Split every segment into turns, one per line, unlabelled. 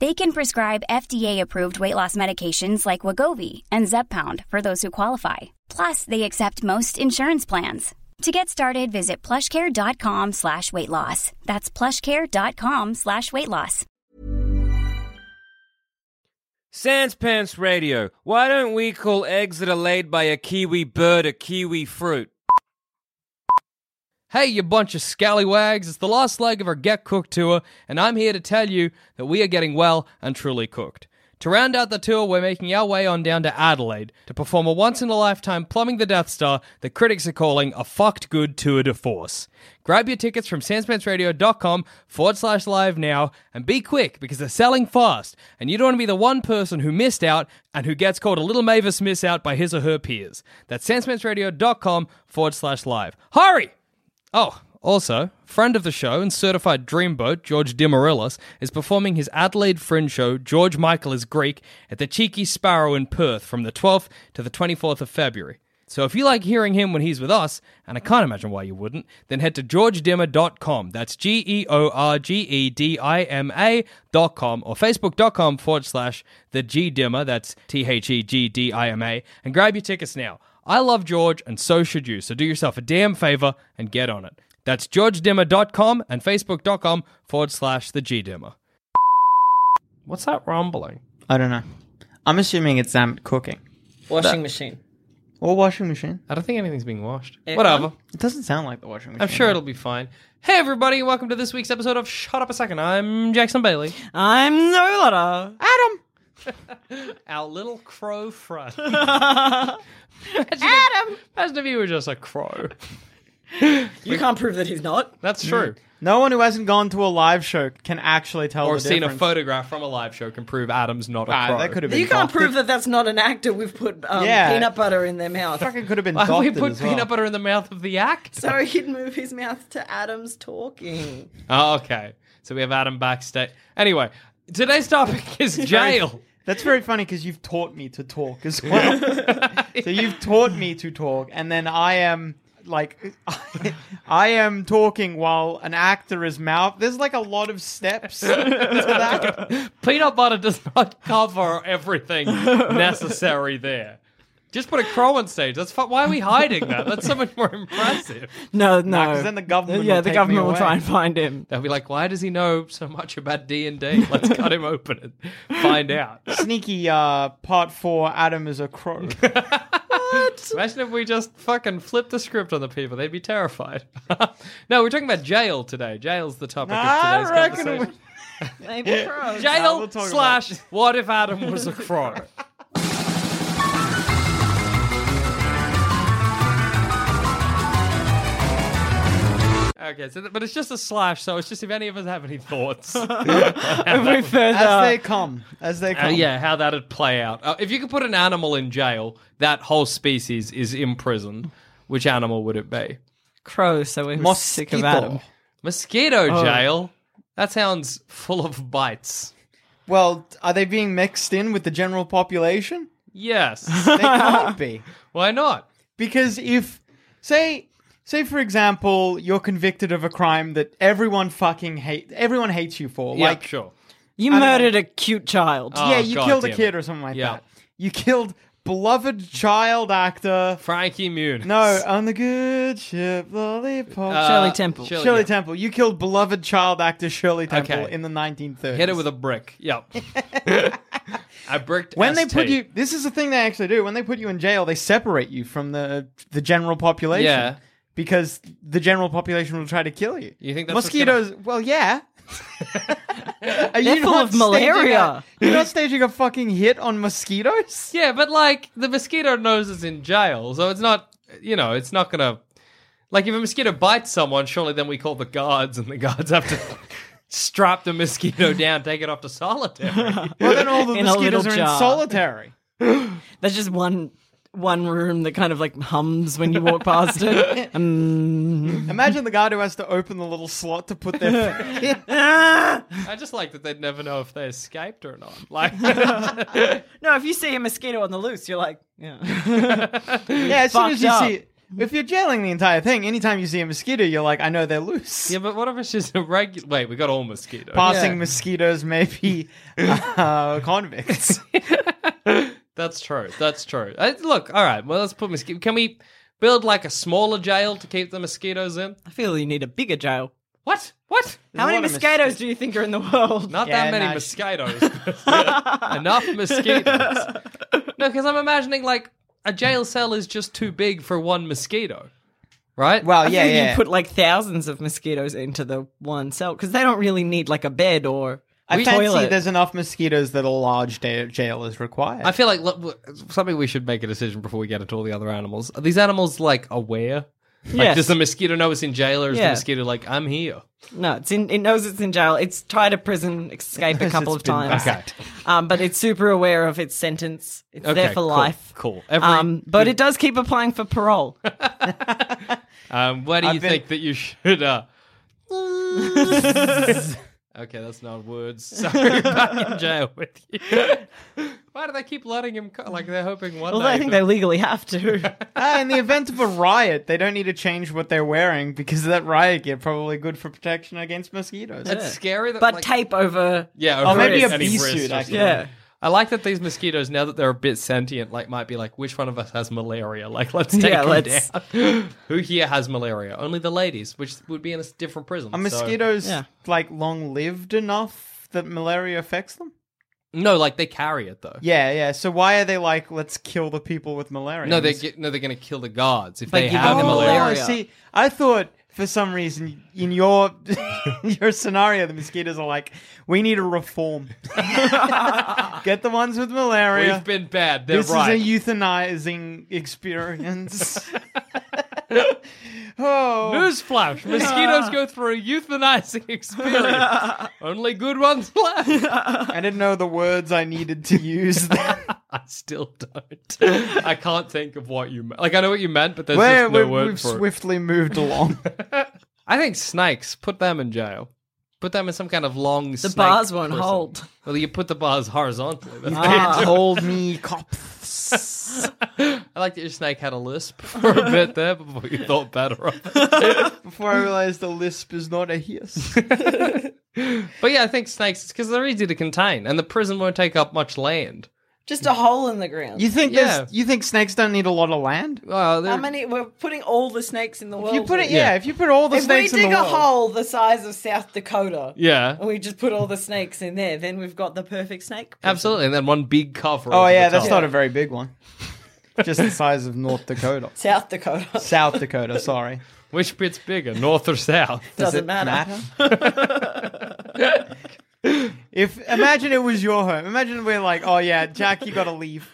They can prescribe FDA-approved weight loss medications like Wagovi and Zepbound for those who qualify. Plus, they accept most insurance plans. To get started, visit plushcare.com slash weight loss. That's plushcare.com slash weight loss.
Sans Pants Radio. Why don't we call eggs that are laid by a kiwi bird a kiwi fruit?
Hey, you bunch of scallywags, it's the last leg of our Get Cooked tour, and I'm here to tell you that we are getting well and truly cooked. To round out the tour, we're making our way on down to Adelaide to perform a once in a lifetime plumbing the Death Star that critics are calling a fucked good tour de force. Grab your tickets from sanspantsradio.com forward slash live now and be quick because they're selling fast and you don't want to be the one person who missed out and who gets called a little Mavis miss out by his or her peers. That's sanspantsradio.com forward slash live. Hurry! Oh, also, friend of the show and certified dreamboat George Dimorillis is performing his Adelaide Fringe show George Michael is Greek at the Cheeky Sparrow in Perth from the 12th to the 24th of February. So if you like hearing him when he's with us, and I can't imagine why you wouldn't, then head to georgedimmer.com. That's G E O R G E D I M A dot com or facebook.com forward slash the G Dimmer, that's T H E G D I M A, and grab your tickets now. I love George, and so should you. So do yourself a damn favor and get on it. That's georgedimmer.com and facebook.com forward slash the gdimmer. What's that rumbling?
I don't know. I'm assuming it's um cooking
Washing machine.
or washing machine.
I don't think anything's being washed.
Aircon?
Whatever.
It doesn't sound like the washing machine.
I'm sure it'll be fine. Hey, everybody, and welcome to this week's episode of Shut Up a Second. I'm Jackson Bailey,
I'm Zola.
Adam.
our little crow friend. Adam! If, imagine if you were just a crow.
You can't prove that he's not.
That's true.
No one who hasn't gone to a live show can actually tell.
Or
the
seen a
difference.
photograph from a live show can prove Adam's not a
Ah,
crow.
that could have been.
You can't
doctored.
prove that that's not an actor. We've put um,
Yeah.
peanut butter in their mouth.
Fucking could have been.
Why we
doctored
put
as well.
peanut butter in the mouth of the act?
So he'd move his mouth to Adam's talking.
Oh, okay. So we have Adam backstage. Anyway, today's topic is
Very-
jail.
That's very funny because you've taught me to talk as well. so you've taught me to talk, and then I am like, I, am talking while an actor is mouth. There's like a lot of steps to that.
Peanut butter does not cover everything necessary there. Just put a crow on stage. That's fu- why are we hiding that? That's so much more impressive.
No, no.
'cause then the government
Yeah,
will
the
take
government
me
will
away.
try and find him.
They'll be like, "Why does he know so much about D and D? Let's cut him open and find out."
Sneaky uh, part four. Adam is a crow.
Imagine if we just fucking flipped the script on the people; they'd be terrified. no, we're talking about jail today. Jail's the topic
I
of today's
reckon
conversation.
Maybe crows.
Jail
Uh, we'll talk about
slash what if Adam was a crow? okay, so th- but it's just a slash, so it's just if any of us have any thoughts.
Every further.
As they come, as they
Uh,
come.
yeah, how that'd play out. Uh, if you could put an animal in jail, that whole species is imprisoned. Which animal would it be?
crows, so we're sick of
Mosquito.
Adam.
Mosquito
Oh.
jail. That sounds full of bites.
Well, are they being mixed in with the general population?
Yes.
They can't be.
Why not?
Because if say say for example, you're convicted of a crime that everyone fucking hate everyone hates you for.
Yeah,
like
sure.
You
Adam.
murdered a cute child.
Oh,
yeah, you
God
killed a
damn
kid
it.
or something like
Yeah.
that. You killed beloved child actor.
Frankie Muniz.
No, on the good ship lollipop.
Uh,
Shirley Temple.
Shirley,
Shirley
yeah.
Temple. You killed beloved child actor Shirley Temple
Okay.
in the 1930s.
Hit it with a brick. Yep. I bricked
When they put
ST.
you, this is the thing they actually do. When they put you in jail, they separate you from the the general population.
Yeah.
Because the general population will try to kill you.
You think that's what's
mosquitoes? Well, yeah. Are you
full
not
of
staging
malaria.
A, you're not staging a fucking hit on mosquitoes.
Yeah, but like the mosquito knows it's in jail, so it's not. You know, it's not gonna. Like if a mosquito bites someone, surely then we call the guards, and the guards have to strap the mosquito down, take it off to solitary.
Well, then all the
In a
mosquitoes are
little
in
jar.
solitary.
There's just one one room that kind of like hums when you walk past it. Mm.
Imagine the guard who has to open the little slot to put their.
I just like that they'd never know if they escaped or not. Like,
no, if you see a mosquito on the loose, you're like, yeah.
yeah, as soon as you
Fucked
see, if you're jailing the entire thing, anytime you see a mosquito, you're like, I know they're loose.
yeah, but what if it's just a regular? Wait, we got all mosquitoes.
Passing mosquitoes may be uh, convicts.
That's true. That's true. I, look, all right. Well, let's put mosquito. Can we build like a smaller jail to keep the mosquitoes in?
I feel you need a bigger jail.
What? What?
How many
lot of
mosquitoes do you think are in the world?
Not that
Yeah,
many
nah, sh-
mosquitoes. Enough mosquitoes. No, because I'm imagining like a jail cell is just too big for one mosquito, right?
Well,
I
yeah,
feel
yeah.
You put like thousands of mosquitoes into the one cell because they don't really need like a bed or a
I fancy
toilet.
there's enough mosquitoes that a large da- jail is required.
I feel like look, w- something we should make a decision before we get into all the other animals. Are these animals like aware? Like,
Yes.
Does the mosquito know it's in jail, or is the
Yeah.
mosquito like, "I'm here"?
No, it's in, it knows it's in jail. It's tried to prison escape a couple
It's
of
been
times.
Okay.
Um, but it's super aware of its sentence. It's there
Okay,
for
cool,
life.
cool. Every-
um, but it does keep applying for parole.
Um, where do you
I've been-
think that you should? Uh... okay, that's not words. Sorry, back in jail with you. Why do they keep letting him? Co- like they're hoping one
Although
day.
I think they legally have to.
Ah, in the event of a riot, they don't need to change what they're wearing because that riot gear probably good for protection against mosquitoes.
That's scary. That,
but
like,
tape over.
yeah,
Oh,
over
maybe a
any
bee
wrist or
suit,
something.
Yeah.
I like that these mosquitoes, now that they're a bit sentient, like might be like, which one of us has malaria? Like, let's take
Yeah,
them
let's-
down. Who here has malaria? Only the ladies, which would be in a different prison.
Are
so-
mosquitoes
Yeah.
like long lived enough that malaria affects them?
No, like they carry it though.
Yeah, yeah. So why are they like, let's kill the people with malaria?
No, they get, no, they're going to kill the guards if
By
they
giving
have
them
malaria.
Oh,
malaria.
see, I thought for some reason in your your scenario, the mosquitoes are like, we need a reform. Get the ones with malaria.
We've been bad. They're
this
right.
is a euthanizing experience. oh,
Newsflash: Mosquitoes go through a euthanizing experience. Only good ones left.
I didn't know the words I needed to use. There.
I still don't. I can't think of what you meant. Like I know what you meant, but there's
Where
just no
we-
word
we've
for it.
swiftly moved along.
I think snakes. Put them in jail. Put them in some kind of long.
The bars won't hold.
Well, you put the bars horizontally. That's
Ah.
Hold me, cop.
I like that your snake had a lisp for a bit there before you thought better of it.
Before I realized the lisp is not a hiss.
But yeah, I think snakes because they're easy to contain, and the prison won't take up much land.
Just a hole in the ground.
You think
Yeah.
there's you think snakes don't need a lot of land?
Well,
How
they're-
many? We're putting all the snakes in the world.
If you put it,
in.
yeah.
Yeah.
If you put all the
If we
snakes in
dig
the
a
world,
hole the size of South Dakota,
yeah,
and we just put all the snakes in there, then we've got the perfect snake.
absolutely. And then one big cover.
Oh
over
yeah,
the
that's
top.
not a very big one. Just the size of North Dakota,
South Dakota
South Dakota. Sorry,
Which bit's bigger, north or south?
Does
doesn't
it
matter.
If imagine it was your home. Imagine we're like, oh yeah, Jack, you gotta leave.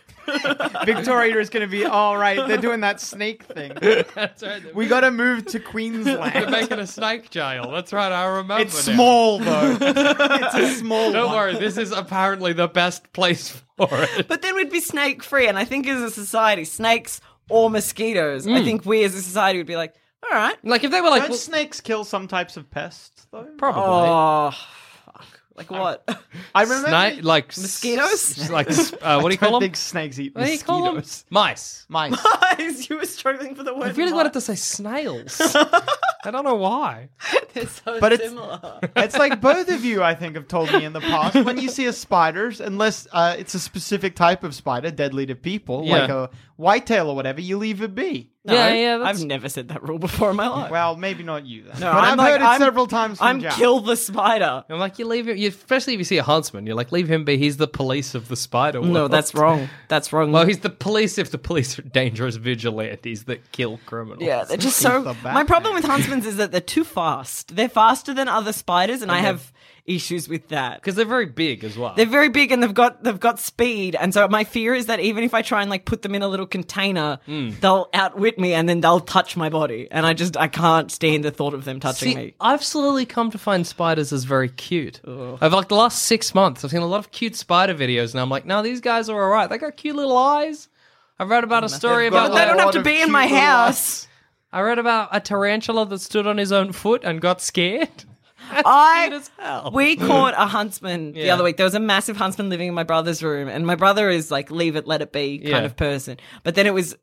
Victoria is gonna be all right. They're doing that snake thing.
That's right.
We gotta move to
They're
Queensland.
making a snake jail. That's right. I remember.
It's
now.
small though. It's a small.
Don't
one.
worry. This is apparently the best place for it.
But then we'd be snake free, and I think as a society, snakes or mosquitoes, I think we as a society would be like, all right,
Like if they were like
Don't
well,
snakes kill some types of pests though?
probably
oh, fuck, like what?
I remember.
Sni- like s-
Mosquitoes?
s- like s- uh, what do you
I
call them?
think snakes eat
What do you call them?
mosquitoes.
Mice.
Mice.
you were struggling for the word.
I really wanted
wanted
to say snails. I don't know why.
They're so
But it's-
similar.
It's like both of you, I think, have told me in the past. When you see a spider, unless uh, it's a specific type of spider, deadly to people,
Yeah.
like a whitetail or whatever, you leave it be.
No,
Yeah, yeah, that's-
I've never said that rule before in my life.
Well, maybe not you then.
No,
but
I'm
have
like-
heard it
I'm-
several times. From
I'm
Jack.
kill the spider.
I'm like, you leave him, you, especially if you see a huntsman, you're like, leave him be. He's the police of the spider world.
No, that's wrong. That's wrong.
Well, he's the police if the police are dangerous vigilantes that kill criminals.
yeah, they're just so.
the Batman.
My problem with huntsmans is that they're too fast. They're faster than other spiders, and I have issues with that.
Because they're very big as well.
They're very big and they've got they've got speed, and so my fear is that even if I try and like put them in a little container,
Hmm.
they'll outwit me and then they'll touch my body, and I just I can't stand the thought of them touching
See,
me.
I've slowly come to find spiders as very cute. Over like the last six months, I've seen a lot of cute spider videos, and I'm like, no, these guys are all right. They got cute little eyes. I read about a story
got
about.
But they
like-
don't
a
have
lot
to
of
be in
cute
my
little
house.
I read about a tarantula that stood on his own foot and got scared. That's
I-
cute as hell.
We caught a huntsman the
Yeah.
other week. There was a massive huntsman living in my brother's room, and my brother is like, leave it, let it be kind
Yeah.
of person. But then it was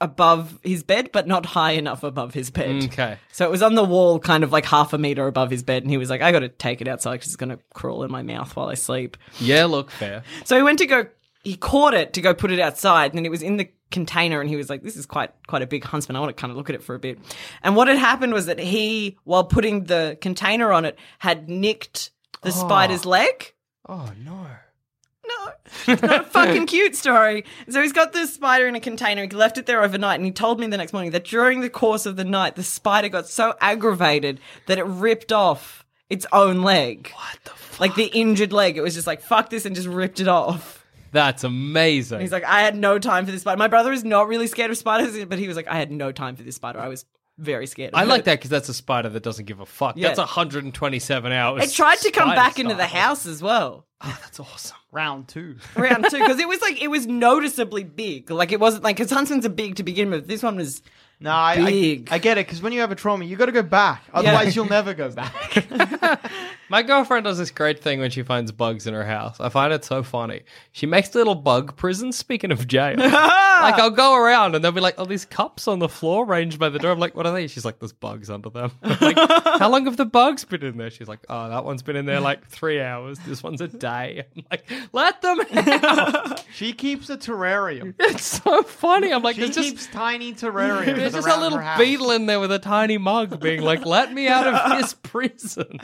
above his bed, but not high enough above his bed.
Okay.
So it was on the wall, kind of like half a meter above his bed, and he was like, I gotta take it outside because it's gonna crawl in my mouth while I sleep.
Yeah, look, fair.
So he went to go, he caught it to go put it outside, and then it was in the container, and he was like, "This is quite quite a big huntsman. I want to kind of look at it for a bit." And what had happened was that he, while putting the container on it, had nicked the spider's leg.
Oh, no.
No, it's not a fucking cute story. So he's got this spider in a container. He left it there overnight, and he told me the next morning that during the course of the night, the spider got so aggravated that it ripped off its own leg. What the fuck? Like the injured leg. It was just like fuck this, and just ripped it off.
That's amazing.
He's like, I had no time for this spider. My brother is not really scared of spiders, but he was like, I had no time for this spider. I was very scared. Of
I
it.
like that because that's a spider that doesn't give a fuck.
Yeah.
That's 127 hours.
It tried to come
spider
back into the
style.
house as well.
That's awesome.
round two.
Round two, because it was like it was noticeably big. Like it wasn't like because huntsman's are big to begin with. This one was
No, I, I,
Big.
I get it because when you have a trauma, you got to go back. Otherwise, you'll never go back.
My girlfriend does this great thing when she finds bugs in her house. I find it so funny. She makes little bug prisons. Speaking of jail, like I'll go around and they'll be like, "Oh, these cups on the floor, arranged by the door." I'm like, "What are these?" She's like, "There's bugs under them." I'm like, how long have the bugs been in there? She's like, "Oh, that one's been in there like three hours. This one's a day." I'm like, "Let them out."
she keeps a terrarium.
it's so funny. I'm like,
She
"There's
keeps
just."
tiny terrariums.
There's just a
around
little
her house.
beetle in there with a tiny mug being like, let me out of this prison.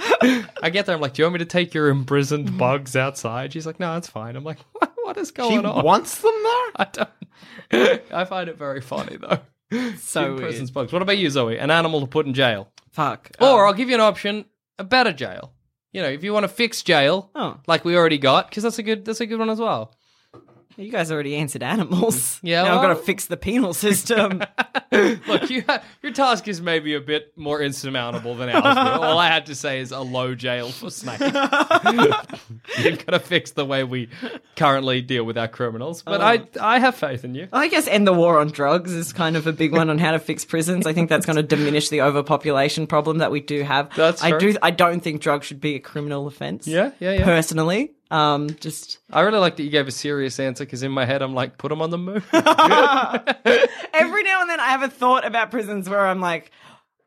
I get there, I'm like, do you want me to take your imprisoned bugs outside? She's like, no, it's fine. I'm like, what, what is
She
going on?
wants them there.
I don't. I find it very funny, though.
so
Imprisons
weird.
bugs. What about you, Zoe? An animal to put in jail.
Fuck.
Or I'll give you an option, a better jail. You know, if you want to fix jail,
Oh.
like we already got, because that's a good that's a good one as well.
Oh, you guys already answered animals.
Yeah,
Now I've got
well-
to fix the penal system.
Look, you your task is maybe a bit more insurmountable than ours. Will. All I had to say is a low jail for snakes. You've got to fix the way we currently deal with our criminals. But
Uh,
I, I have faith in you.
I guess end the war on drugs is kind of a big one on how to fix prisons. I think that's going to diminish the overpopulation problem that we do have.
That's
I
true.
do. I don't think drugs should be a criminal offence.
Yeah, yeah, yeah.
Personally, um, just
I really like that you gave a serious answer because in my head I'm like, put them on the moon.
every now and then I have a thought about prisons where I'm like,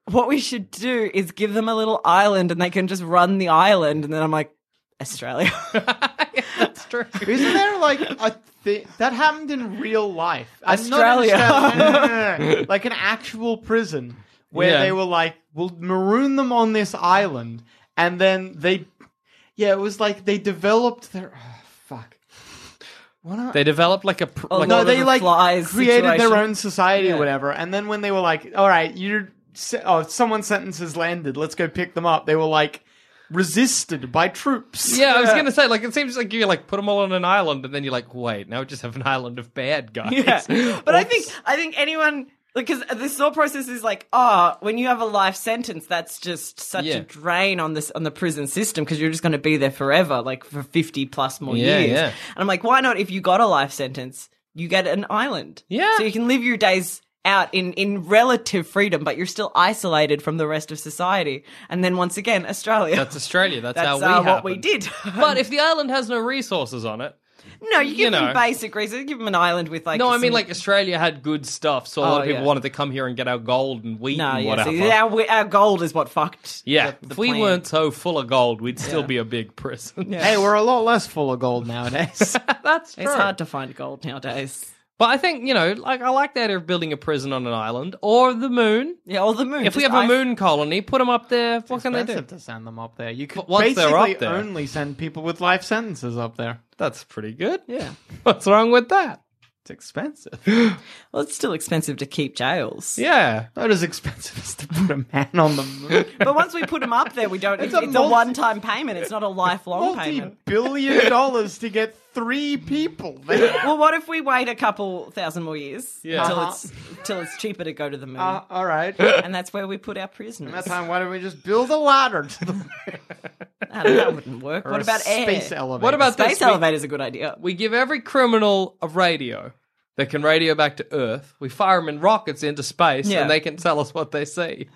what we should do is give them a little island and they can just run the island, and then I'm like, Australia.
That's true.
Isn't there like a thing that happened in real life? I'm not
Australia.
understanding- No, no, no, no. like an actual prison where
Yeah.
they were like, "We'll maroon them on this island," and then they, yeah, it was like they developed their oh, fuck. What am I-
They developed like a pr- like
Oh, no,
no,
Lord of
they
the
like
Flies
created
situation.
their own society
Yeah.
or whatever. And then when they were like, "All right, you're se- oh, someone's sentence has landed. Let's go pick them up." They were like resisted by troops.
yeah. I was gonna say like it seems like you like put them all on an island and then you're like, wait, now we just have an island of bad guys.
Yeah. But I think I think anyone because this whole process is like, ah, when you have a life sentence, that's just such
Yeah.
a drain on this on the prison system because you're just going to be there forever, like for fifty plus more
Yeah,
years.
yeah.
And I'm like, why not? If you got a life sentence, you get an island,
Yeah.
so you can live your days out in in relative freedom, but you're still isolated from the rest of society. And then once again, Australia.
that's Australia. That's,
That's
how we
uh, what
happened.
we did.
But if the island has no resources on it,
no, you give
you know.
them basic reasons. Give them an island with like
no, I mean
some-
like Australia had good stuff, so a lot
Oh,
of people
yeah.
wanted to come here and get our gold and wheat
no,
and
yeah,
whatever.
so
yeah,
our, our gold is what fucked. the- the
if we
plan.
weren't so full of gold, we'd still be a big prison.
Hey, we're a lot less full of gold nowadays.
That's true.
It's hard to find gold nowadays.
But I think, you know, like I like the idea of building a prison on an island or the moon.
Yeah, or the moon.
If we
Just
have a
ice-
moon colony, put them up there. What can they do?
Expensive to send them up there. You could
But once
basically
they're up there-
only send people with life sentences up there.
That's pretty good.
Yeah.
What's wrong with that?
It's expensive.
Well, it's still expensive to keep jails.
Yeah.
Not as expensive as to put a man on the moon.
But once we put them up there, we don't. It's,
a
it's a
multi-
one-time payment. It's not a lifelong payment.
Multi-billion dollars to get three people there.
Well, what if we wait a couple thousand more years
Yeah.
till
Uh-huh.
it's till it's cheaper to go to the moon,
Uh, all right.
and that's where we put our prisoners.
That time, why don't we just build a ladder to the
I don't know, that wouldn't work.
or
What
a
about air?
space elevator?
What about this?
Space
We-
elevator's a good idea.
We give every criminal a radio that can radio back to Earth. We fire them in rockets into space,
Yeah.
and they can tell us what they see.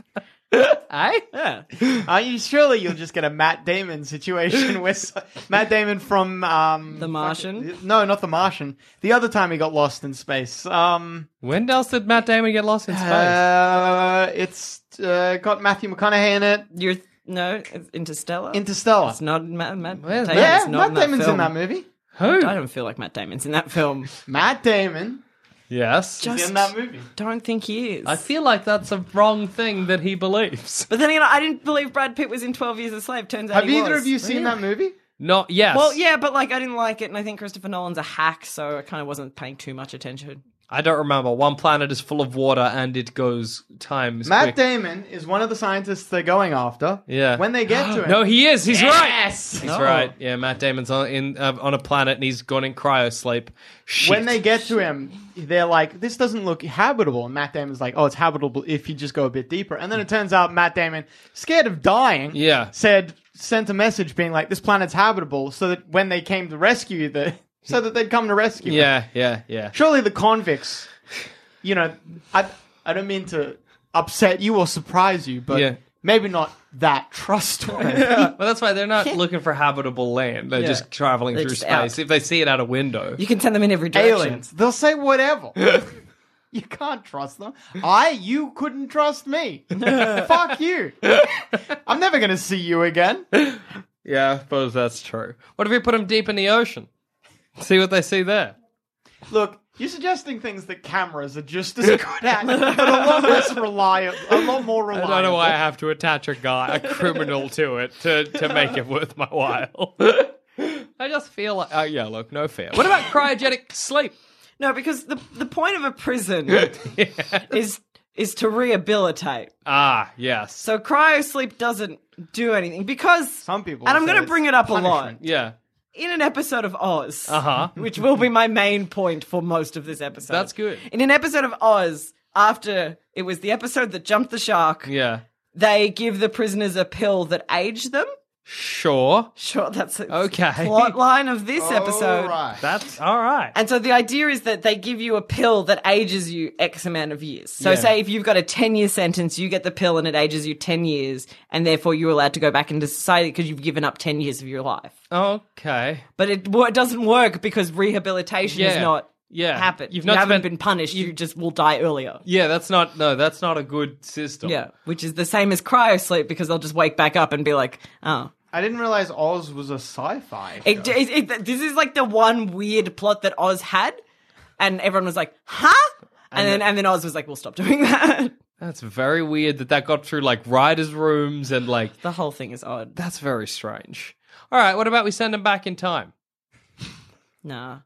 eh?
Yeah.
Are Uh, you surely you'll just get a Matt Damon situation where s- Matt Damon from um,
The Martian?
fuck- no, not The Martian. The other time he got lost in space. Um,
When else did Matt Damon get lost in space?
uh, it's uh, got Matthew McConaughey in it.
You're no it's Interstellar.
Interstellar.
it's not Matt. Matt
Where's
Damon's
yeah,
not
Matt
in
Damon's
film.
in that movie.
Who?
I don't feel like Matt Damon's in that film.
Matt Damon
Yes.
is
Just
in that movie.
don't think he is.
I feel like that's a wrong thing that he believes.
but then again, I didn't believe Brad Pitt was in Twelve Years a Slave. Turns out
Have
he
either
was.
of you seen that movie?
Not yes.
Well, yeah, but like I didn't like it, and I think Christopher Nolan's a hack, so I kind of wasn't paying too much attention.
I don't remember. One planet is full of water and it goes times.
Matt
quick.
Damon is one of the scientists they're going after.
Yeah.
When they get to it.
No, he is. He's right.
Yes!
He's right. Yeah, Matt Damon's on in uh, on a planet and he's gone in cryo sleep. Shit.
when they get to him, they're like, "This doesn't look habitable." And Matt Damon's like, "Oh, it's habitable if you just go a bit deeper." And then it turns out Matt Damon, scared of dying,
Yeah.
said sent a message being like, "This planet's habitable," so that when they came to rescue the, so that they'd come to rescue. him.
Yeah, yeah, yeah.
surely the convicts, you know, I I don't mean to upset you or surprise you, but
Yeah.
maybe not that trustworthy.
Well, that's why they're not looking for habitable land. They're just traveling
They're
through
just
space.
out.
If they see it out a window,
You can send them in every direction.
Aliens, they'll say whatever. You can't trust them. I, you couldn't trust me. Fuck you. I'm never going to see you again.
yeah, I suppose that's true. What if we put them deep in the ocean? See what they see there.
Look, you're suggesting things that cameras are just as good at, but a lot less reliable, a lot more
I
reliable.
don't know why I have to attach a guy, a criminal, to it to, to make it worth my while. I just feel like, oh yeah, look, no fair. What about cryogenic sleep?
No, because the the point of a prison is is to rehabilitate.
Ah, yes,
So cryo sleep doesn't do anything because
Some people
And I'm
say
going to
it's
bring it up a lot
punishment.
yeah,
in an episode of Oz,
uh huh.
which will be my main point for most of this episode.
That's good.
In an episode of Oz, after it was the episode that jumped the shark,
Yeah,
they give the prisoners a pill that aged them.
sure.
Sure, that's a
Okay.
plot line of this episode.
Alright.
That's all right.
And so the idea is that they give you a pill that ages you X amount of years. So
Yeah.
say if you've got a 10 year sentence, you get the pill and it ages you 10 years and therefore you're allowed to go back into society because you've given up 10 years of your life.
Okay.
But it, wo- it doesn't work because rehabilitation has
Yeah.
not
Yeah.
happened.
You've
You've
not
not you haven't
spent-
been punished. You just will die earlier.
Yeah, that's not no, that's not a good system.
Yeah, which is the same as cryo sleep because they'll just wake back up and be like, oh.
I didn't realize Oz was a sci-fi.
It,
show.
it, it, this is like the one weird plot that Oz had, and everyone was like, "Huh?" And, then and then Oz was like, "We'll stop doing that."
That's very weird that that got through like writers' rooms and like
The whole thing is odd.
that's very strange. All right, what about we send him back in time?
Nah.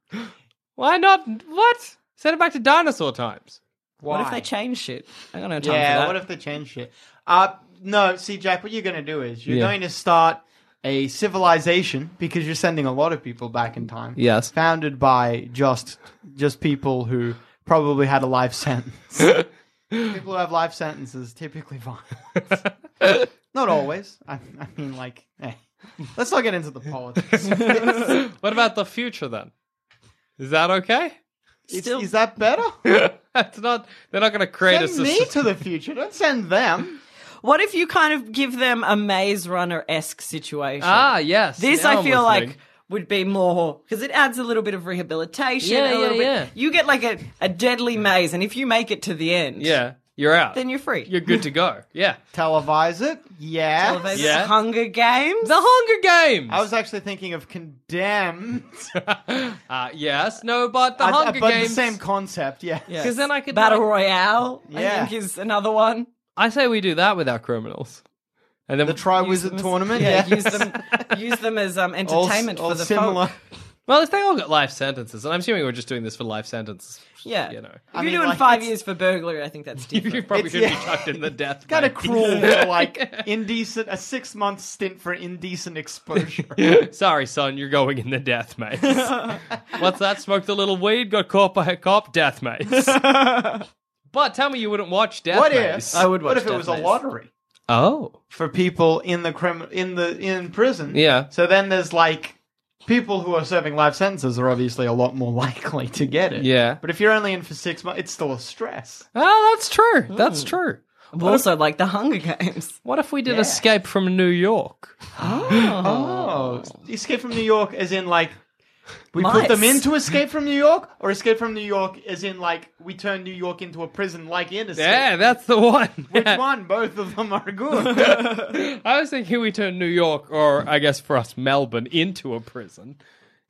Why not? What? Send him back to dinosaur times.
Why?
What if they change shit? I got no time
Yeah,
for that.
what if they change shit? Uh, no, see, Jack, what you're going to do is you're
Yeah.
going to start a civilization because you're sending a lot of people back in time.
Yes.
Founded by just just people who probably had a life sentence. people who have life sentences typically violent. not always. I, I mean, like, eh. let's not get into the politics.
What about the future then? Is that okay?
Is-
Still-
is that better?
That's not. They're not going to create a
Send
soc-
me to the future. Don't send them.
What if you kind of give them a Maze Runner esque situation?
Ah, yes.
This
now
I
I'm
feel
listening.
like would be more because it adds a little bit of rehabilitation.
Yeah,
a
yeah,
little bit.
yeah.
You get like a, a deadly maze, and if you make it to the end,
Yeah, You're out.
then you're free.
You're good to go. Yeah.
Televise it? Yeah.
Televised
Yeah.
Hunger Games.
The Hunger Games.
I was actually thinking of condemned,
uh, yes. No, but the
I- uh,
Hunger
but
Games.
the same concept. Yeah.
Because then I could
Battle
like-
Royale.
Yeah.
I think is another one.
I say we do that with our criminals, and then
The Tri Wizard tournament.
Yeah,
Yeah.
use them. Use them as um,
All s-
entertainment
all
for the
similar.
folk.
Well, if they all got life sentences, and I'm assuming we're just doing this for life sentences.
Yeah.
You know.
If you're
mean,
doing
like,
five
it's-
years for burglary, I think that's different.
You probably
It's-
should
yeah.
be chucked in the death.
Kind of
mate.
cruel to like indecent a six month stint for indecent exposure.
Sorry, son, you're going in the death maze. What's that? Smoked a little weed, got caught by a cop, death maze. but tell me you wouldn't watch death
what
maze.
if?
I would
what
watch
if it
Death
was
Maze.
a lottery
Oh.
for people in the crim- in the in prison?
Yeah.
So then there's like people who are serving life sentences are obviously a lot more likely to get it.
Yeah.
But if you're only in for six months, it's still a stress.
Oh, that's true. That's true.
Also, like the Hunger Games.
What if we did
Yeah.
Escape from New York?
Oh, Escape from New York, as in like we
Mice.
put them into Escape from New York, or Escape from New York, as in like we turn New York into a prison, like in Escape.
Yeah, that's the one.
Which
Yeah.
one? Both of them are good.
I was thinking we turn New York, or I guess for us, Melbourne, into a prison.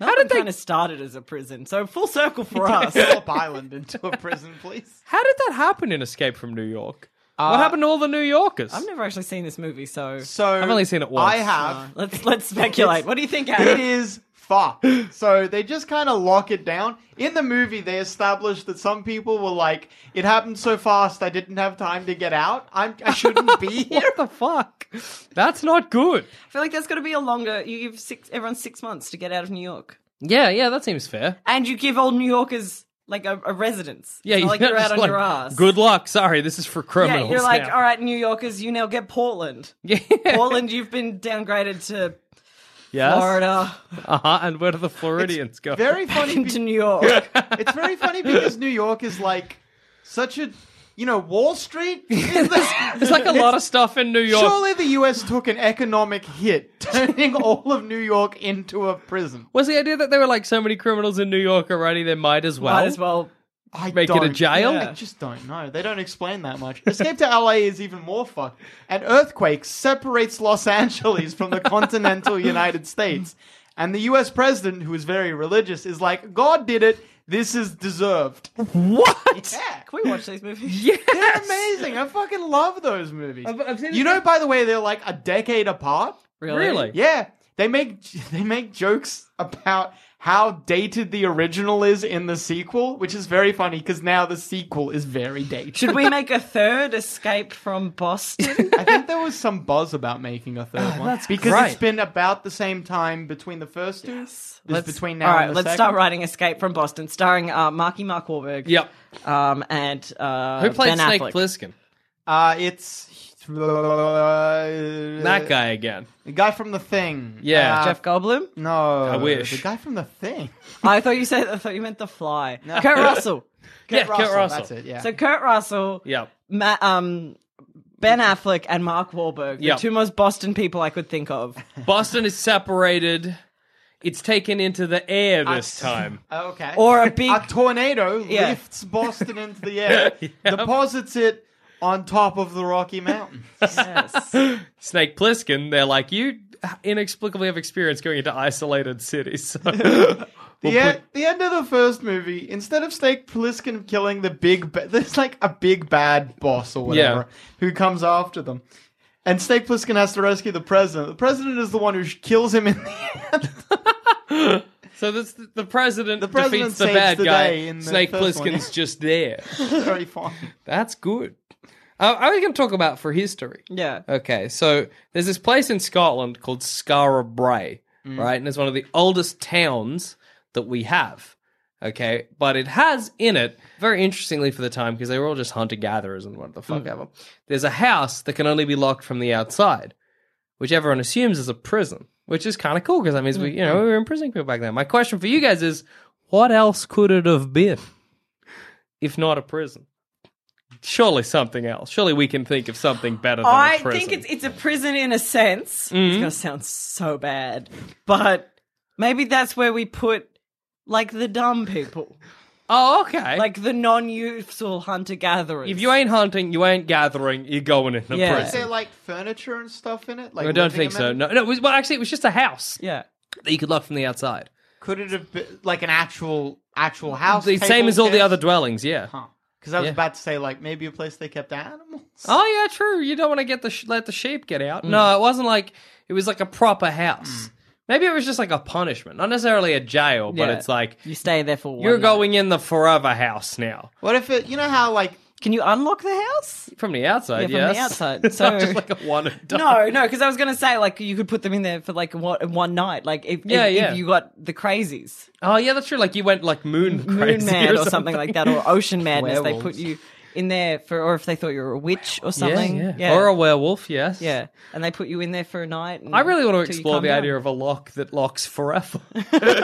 How did they kind of started as a prison? So full circle for
Uh,
us.
Phillip Island into a prison, please.
How did that happen in Escape from New York?
Uh,
what happened to all the New Yorkers?
I've never actually seen this movie, so
So
I've only seen it once.
I have.
let's let's speculate. What do you think, Adam?
it is fucked. So they just kind of lock it down. In the movie, they established that some people were like, "It happened so fast, I didn't have time to get out. I'm, I shouldn't be here."
What the fuck? That's not good.
I feel like that's got to be a longer. You give six everyone six months to get out of New York,
Yeah, yeah, that seems fair.
and you give old New Yorkers like a, a residence.
Yeah,
It's not like
can't
you're out
just
on
like,
your ass.
Good luck. Sorry, this is for
Yeah,
criminals.
you're like,
now."
all right, New Yorkers, you now get Portland.
Yeah.
Portland, you've been downgraded to
Yes.
Florida,
Uh huh. And where do the Floridians go?
Very funny.
into
be-
New York.
it's very funny because New York is like such a, you know, Wall Street. Is
There's like a lot of stuff in New York.
Surely the U.S. took an economic hit, turning all of New York into a prison.
Was the idea that there were like so many criminals in New York already? They might as well.
Might as well.
I
Make it a
don't-
jail?
I just don't know. They don't explain that much. Escape to LA is even more fucked. An earthquake separates Los Angeles from the continental United States. And the US president, who is very religious, is like, God did it. This is deserved.
What?
Yeah.
Can we watch these movies?
They're amazing. I fucking love those movies.
I've- I've seen
you
it-
know, by the way, they're like a decade apart.
Really?
Yeah, they make they make jokes about how dated the original is in the sequel, which is very funny because now the sequel is very dated.
Should we make a third escape from Boston?
I think there was some buzz about making a third one
Oh, that's
because
great.
it's been about the same time between the first two. Yes.
Let's-
between now
All right,
and the
let's
second.
start writing Escape from Boston, starring uh, Marky Mark Wahlberg.
Yep.
Um, and uh,
Who played
ben
Snake
Affleck.
Plissken?
Uh, it's that
Uh,
That guy again.
the guy from the Thing.
Yeah,
Uh,
Jeff Goldblum.
No,
I wish.
the guy from the Thing.
I thought you said. I thought you meant The Fly. Kurt Russell.
Yeah, Kurt Russell.
That's it. Yeah.
So Kurt Russell,
Yep.
Ma- um, Ben Affleck, and Mark Wahlberg, the
Yep.
two most Boston people I could think of.
Boston is separated. It's taken into the air this time.
Oh, Okay.
Or a big-
a tornado
Yeah.
lifts Boston into the air, deposits it on top of the Rocky Mountains.
Yes.
Snake Plissken, they're like, you inexplicably have experience going into isolated cities. So we'll
the, e-
put-
the end of the first movie, instead of Snake Plissken killing the big, ba- there's like a big bad boss or whatever who comes after them. And Snake Plissken has to rescue the president. The president is the one who sh- kills him in the end.
so this, the president
The president
defeats the
saves
bad
the day
guy.
in the
Snake Plissken's
first one, yeah.
just there.
Very fun.
That's good. Uh, I was going to talk about for history.
Yeah.
Okay, so there's this place in Scotland called Scarabray,
Mm.
right? And it's one of the oldest towns that we have. Okay, but it has in it, very interestingly for the time, because they were all just hunter gatherers and what the
Hmm.
fuck ever. There's a house that can only be locked from the outside, which everyone assumes is a prison, which is kind of cool because that means we,
Hmm,
you know, we were imprisoning people back then. My question for you guys is, what else could it have been, if not a prison? Surely something else. Surely we can think of something better than
I
a prison. Mm-hmm.
think it's it's a prison in a sense. It's gonna sound so bad, but maybe that's where we put like the dumb people.
Oh, okay.
Like the non-useful hunter-gatherers.
if you ain't hunting, you ain't gathering. You're going in the
Yeah.
Is
prison.
there like furniture and stuff in it? Like
I don't
living
think so.
amenities?
No, no. It was, well, actually, it was just a house
yeah,
that you could lock from the outside.
Could it have been like an actual actual house?
The same as all the other dwellings. Yeah.
Because I was
Yeah.
about to say like maybe a place they kept animals.
Oh yeah, true. You don't want to get the sh- let the sheep get out.
Mm.
No, it wasn't like it was like a proper house. Maybe it was just like a punishment, not necessarily a jail, but
Yeah.
it's like
you stay there for. One
you're
night.
going in the forever house now
What if it? You know how like
Can you unlock the house?
from the outside.
Yeah, from the
yes.
outside,
It's not
so-
just like a one and done.
No, no, because I was gonna say like you could put them in there for like one, one night, like if, if-
Yeah,
if,
yeah.
you got the crazies,
Oh yeah, that's true. Like you went like moon crazy
Moon Man or something. like that, or Ocean Madness. They put
Werewolves.
you in there for, or if they thought you were a witch or
Yeah,
something,
yeah. or a werewolf. Yes.
yeah, and they put you in there for a night. And
I really want to
till you
explore
calm
the
down.
idea of a lock that locks forever.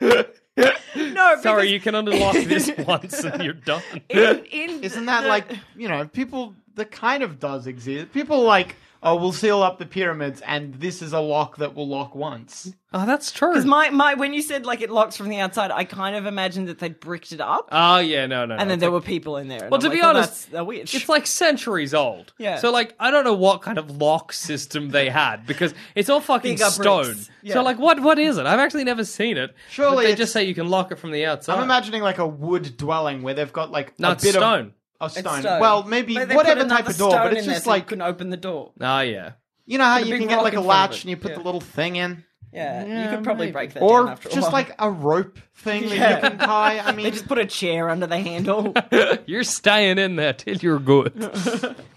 no.
Sorry,
because
you can unlock this once and you're done.
in, in
Isn't that
the-
like you know people? That kind of does exist. People like oh, we'll seal up the pyramids, and this is a lock that will lock once.
Oh, that's true.
Because my, my when you said like it locks from the outside, I kind of imagined that they'd bricked it up,
oh yeah, no, no. no,
and then
it's
there
like-
were people in there. and
Well,
I'm
to
like,
be
"Oh,
honest,
that's a witch.
It's like centuries old.
Yeah.
So like I don't know what kind of lock system they had because it's all fucking
Bigger
stone.
bricks. Yeah.
So like what what is it? I've actually never seen it. but
Surely
they
it's-
just say you can lock it from the outside.
I'm imagining like a wood dwelling where they've got like
no,
a
it's
bit
stone.
of oh stone.
stone.
Well, maybe
Like, they put
whatever type
another
of door,
stone
but
in
it's
there
just
so you
like
couldn't open the door.
Oh yeah.
you know how
put a
you
big
can get
rock
like
in
a
front of
latch
it.
and you put
Yeah.
the little thing in.
Yeah, you could probably break that down
or
after a
just
while.
like a rope thing
Yeah.
that you can tie. I mean,
they just put a chair under the handle.
You're staying in there till you're good.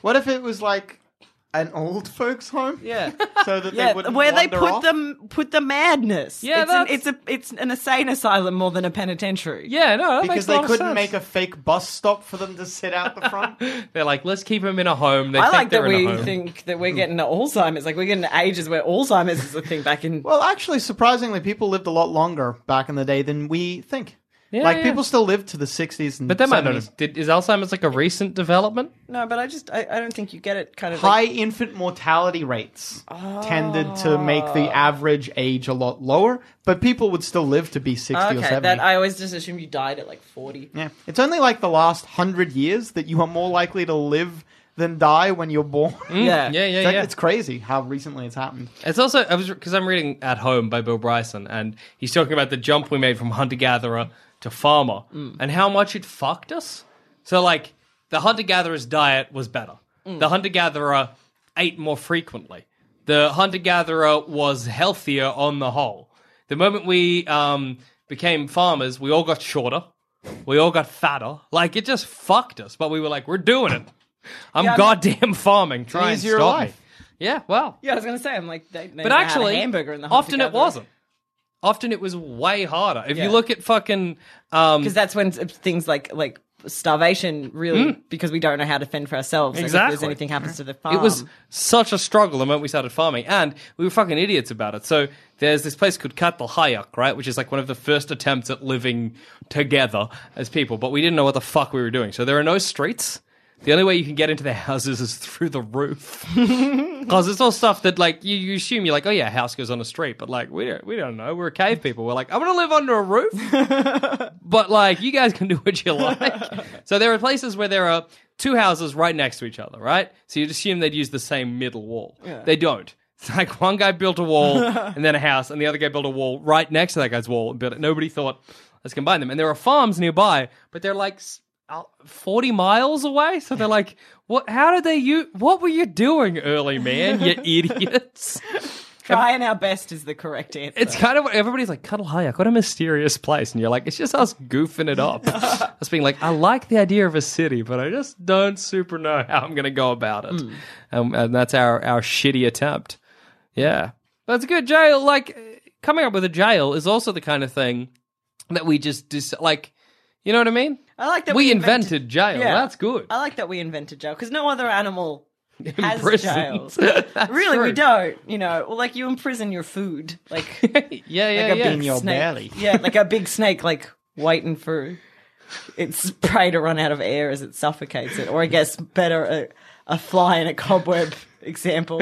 what if it was like an old folks' home?
yeah.
So that
Yeah,
they wouldn't
where they
wander
put
off?
them put the madness.
Yeah,
it's an,
that's-
it's a it's an insane asylum more than a penitentiary.
yeah, no, that
because
makes a
they
lot of
couldn't
sense.
make a fake bus stop for them to sit out the front.
They're like, let's keep him in a home. They
I
think
like
they're
that we
in a home.
think that we're getting to Alzheimer's. Like we're getting to ages where Alzheimer's is a thing back in.
well, actually, surprisingly, people lived a lot longer back in the day than we think.
Yeah,
like
yeah.
people still lived to the 60s and
But they
70s.
might not have. Did, is Alzheimer's like a recent development?
no, but I just I, I don't think you get it. Kind of
High
like,
infant mortality rates tended to make the average age a lot lower, but people would still live to be 60 or
okay.
70.
That I always just assume you died at like forty.
Yeah. It's only like the last hundred years that you are more likely to live than die when you're born.
Yeah,
Yeah.
Mm. yeah,
It's like-
yeah.
It's crazy how recently it's happened.
It's also I was because I'm reading At Home by Bill Bryson, and he's talking about the jump we made from hunter gatherer to farmer,
Mm.
and how much it fucked us. So like the hunter gatherer's diet was better.
Mm.
The hunter gatherer ate more frequently. The hunter gatherer was healthier on the whole. The moment we um, became farmers, we all got shorter. We all got fatter. Like it just fucked us, but we were like, we're doing it. I'm
I mean-
goddamn farming. Try and
easier
stop
life.
me. Yeah, well,
Yeah, I was gonna say I'm like they, they
but actually,
had a hamburger in the
often it
hunter-gatherer.
wasn't. Often it was way harder. If
Yeah.
you look at fucking um,
because that's when things like like starvation really because we don't know how to fend for ourselves. and if
Hmm. Exactly.
there's anything happens to the farm,
It was such a struggle the moment we started farming, and we were fucking idiots about it. So there's this place called Katl Hayak, right, which is like one of the first attempts at living together as people, but we didn't know what the fuck we were doing. So there are no streets. The only way you can get into their houses is through the roof, because it's all stuff that like you, you assume you're like, oh yeah, a house goes on a street, but like we don't we don't know. We're cave people. We're like, I'm gonna live under a roof, but like you guys can do what you like. So there are places where there are two houses right next to each other, right? So you'd assume they'd use the same middle wall. They don't. It's like one guy built a wall and then a house, and the other guy built a wall right next to that guy's wall and built it. Nobody thought, let's combine them. And there are farms nearby, but they're like s- out- 40 miles away. So they're like, what? How did they you? What were you doing early, man? You idiots.
trying our best is the correct answer.
It's kind of everybody's like Cuddle Hayek. What a mysterious place, and you're like, it's just us goofing it up. us being like, I like the idea of a city, but I just don't super know how I'm going to go about it.
Hmm.
Um, and that's our our shitty attempt. Yeah, that's good. Jail, like coming up with a jail is also the kind of thing that we just dis- like. You know what I mean?
I like that
we,
we
invented,
invented-
jail.
Yeah.
That's good.
I like that we invented jail because no other animal has
prisons.
jails. really, we don't. You know, well, like you imprison your food, like
Yeah, yeah,
like a
yeah.
In
big
your
snake.
belly.
Yeah, like a big snake, like waiting for its prey to run out of air as it suffocates it, or I guess better a, a fly in a cobweb example.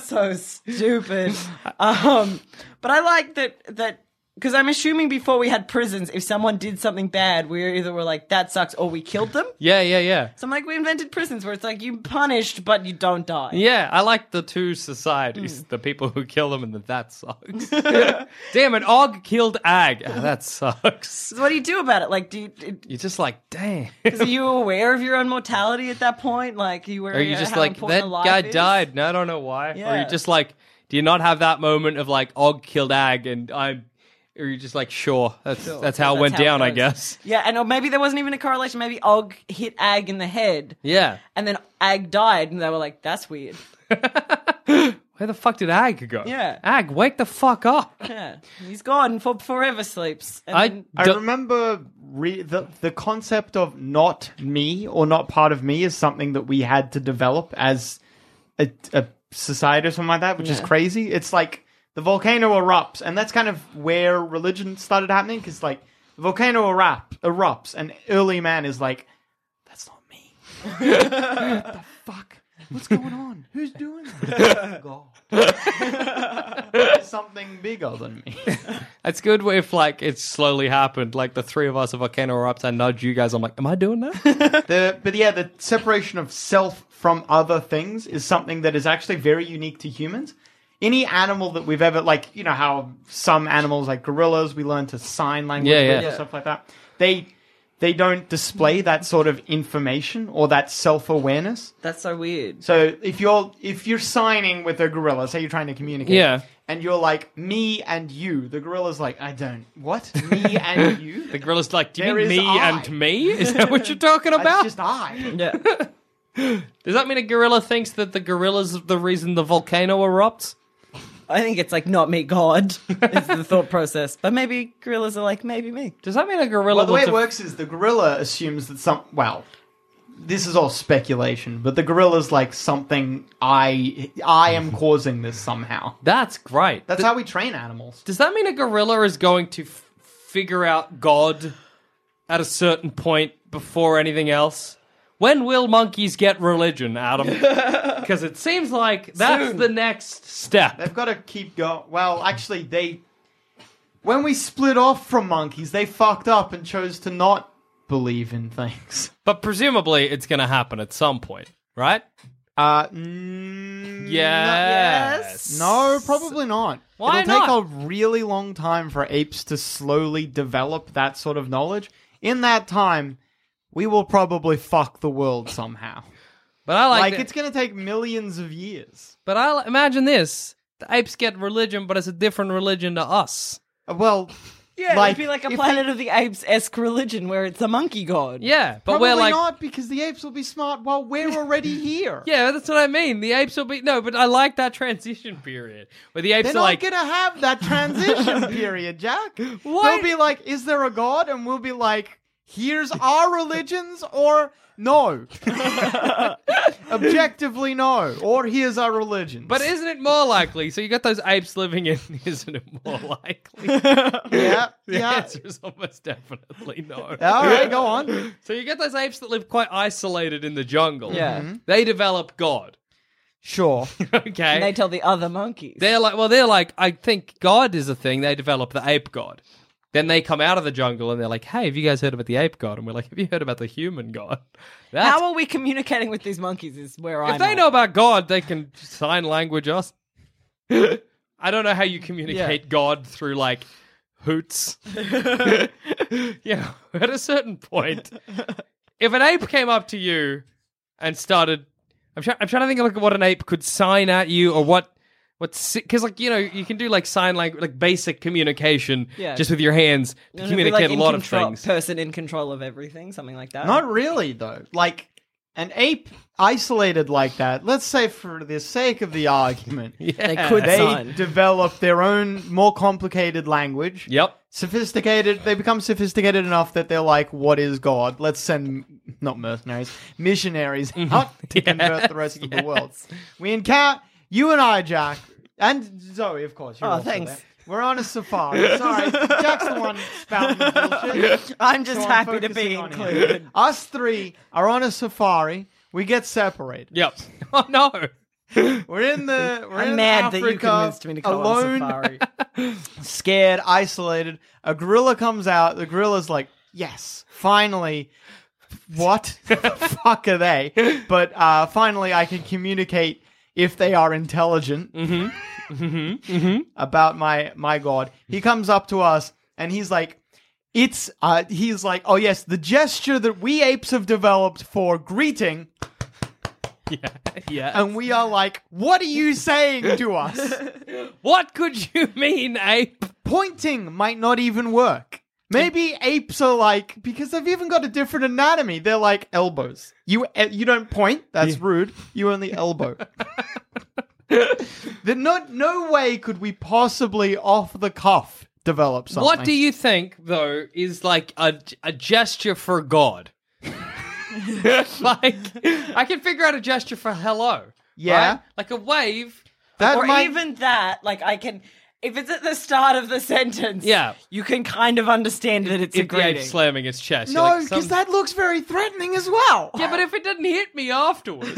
so stupid. Um, but I like that that Because I'm assuming before we had prisons, if someone did something bad, we either were like, that sucks, or we killed them.
Yeah, yeah, yeah.
So I'm like, we invented prisons where it's like, you punished, but you don't die.
Yeah, I like the two
Hmm.
societies the people who kill them and the that sucks. Damn it, Og killed Ag. Ah, that sucks.
So what do you do about it? Like, do you, it-
You're just like, dang.
is- are you aware of your own mortality at that point? Like, you were
Or you're just
how
like,
important
that
life
guy
is?
died, and I don't know why. Or
Yeah.
you're just like, do you not have that moment of like, Og killed Ag, and I'm. Or you're just like, sure, that's, that's how it
That's
went
how it
down, I
goes.
guess.
Yeah, and or maybe there wasn't even a correlation. Maybe Og hit Ag in the head,
Yeah.
and then Ag died, and they were like, that's weird.
Where the fuck did Ag go?
Yeah.
Ag, wake the fuck up.
Yeah, he's gone for forever sleeps. And
I,
then-
I
don't-
remember re- the the concept of not me or not part of me is something that we had to develop as a, a society or something like that, which is crazy. It's like the volcano erupts, and that's kind of where religion started happening because like the volcano erupt, erupts, and early man is like, "That's not me. what the fuck? What's going on? Who's doing that? God." There's something bigger than me.
It's good if like it's slowly happened. Like the three of us, a volcano erupts, I nudge you guys. I'm like, am I doing that?
The, but yeah, the separation of self from other things is something that is actually very unique to humans. Any animal that we've ever, like, you know, how some animals, like gorillas, we learn to sign language
Yeah, yeah.
with or stuff like that. They they don't display that sort of information or that self awareness.
that's so weird.
So if you're if you're signing with a gorilla, say you're trying to communicate,
Yeah.
and you're like me and you, the gorilla's like, I don't what me and you.
the gorilla's like, do you
There
mean
is
me
I.
and me? Is that what you're talking
That's
about?
just I.
Yeah,
Does that mean a gorilla thinks that the gorilla's the reason the volcano erupts?
I think it's like not me, God. It's the thought process, but maybe gorillas are like maybe me.
Does that mean a gorilla?
Well, the way
would
it works is the gorilla assumes that some. Well, this is all speculation, but the gorilla's like something I I am causing this somehow.
That's great.
That's how we train animals.
Does that mean a gorilla is going to f- figure out God at a certain point before anything else? When will monkeys get religion, Adam? Because it seems like that's the next step.
They've got to keep going. Well, actually, they when we split off from monkeys, they fucked up and chose to not believe in things.
But presumably it's going to happen at some point, right?
Uh, mm,
Yes.
No, probably not.
Why
It'll
not?
take a really long time for apes to slowly develop that sort of knowledge. In that time, we will probably fuck the world somehow.
But I like,
Like,
that-
it's going to take millions of years.
But I li- imagine this. The apes get religion, but it's a different religion to us.
Uh, Well,
Yeah,
Like,
it'd be like a
if-
Planet of the Apes esque religion where it's a monkey god.
Yeah, but
probably
we're like
not because the apes will be smart while we're already here.
Yeah, that's what I mean. The apes will be No, but I like that transition period where the apes
They're
are
not
like
going to have that transition period, Jack.
Why-
They'll be like, is there a god? And we'll be like, here's our religions or no. Objectively, no. Or here's our religions.
But isn't it more likely? So you got those apes living in isn't it more likely?
Yeah.
The
Yeah.
answer is almost definitely no.
All right, go on.
So you get those apes that live quite isolated in the jungle.
Yeah.
Mm-hmm.
Mhm.
They develop God.
Sure.
Okay.
And they tell the other monkeys.
They're like, well, they're like, I think God is a thing. They develop the ape God. Then they come out of the jungle and they're like, hey, have you guys heard about the ape God? And we're like, have you heard about the human God? That's,
How are we communicating with these monkeys? Is where I'm.
if they
at.
know about God, they can sign language us. I don't know how you communicate God through like hoots. yeah, at a certain point, if an ape came up to you and started, I'm, try- I'm trying to think of like what an ape could sign at you or what. What's because like you know you can do like sign language like basic communication
Yeah.
just with your hands to
It'd be
communicate
like
a
in
lot of
control-
things.
Person in control of everything, something like that.
Not really, though. Like, an ape isolated like that, let's say for the sake of the argument,
they could
they
sign.
develop their own more complicated language.
Yep.
sophisticated they become sophisticated enough that they're like what is god let's send not mercenaries missionaries out to convert the rest of the world we encounter you and i jack and zoe of course you're
Oh,
also
thanks.
there. we're on a safari sorry jack's the one spouting the bullshit
I'm just
so I'm
happy to
focusing
be
on him.
included.
us three are on a safari we get separated
Yep. Oh no.
We're in the. We're
I'm
in
mad
Africa,
that you convinced me to go
alone,
on safari.
scared, isolated. A gorilla comes out. The gorilla's like, "Yes, finally." What the fuck are they? But uh, finally, I can communicate if they are intelligent about my my god. He comes up to us and he's like, "It's." Uh, he's like, "Oh yes, the gesture that we apes have developed for greeting."
yeah.
And we are like, "What are you saying to us?"
What could you mean, ape?
pointing might not even work. Maybe apes are like because they've even got a different anatomy. They're like elbows. You eh, you don't point. That's rude. You only elbow. That no no way could we possibly off the cuff develop something.
What do you think, though, is like a, a gesture for God? like, I can figure out a gesture for hello.
Yeah.
right? Like a wave.
That
or
might
even that, like I can, if it's at the start of the sentence,
Yeah.
you can kind of understand that it's a
If the ape
greeting.
slamming his chest.
no,
You're like,
because
some-
that looks very threatening as well.
Yeah, but if it didn't hit me afterwards,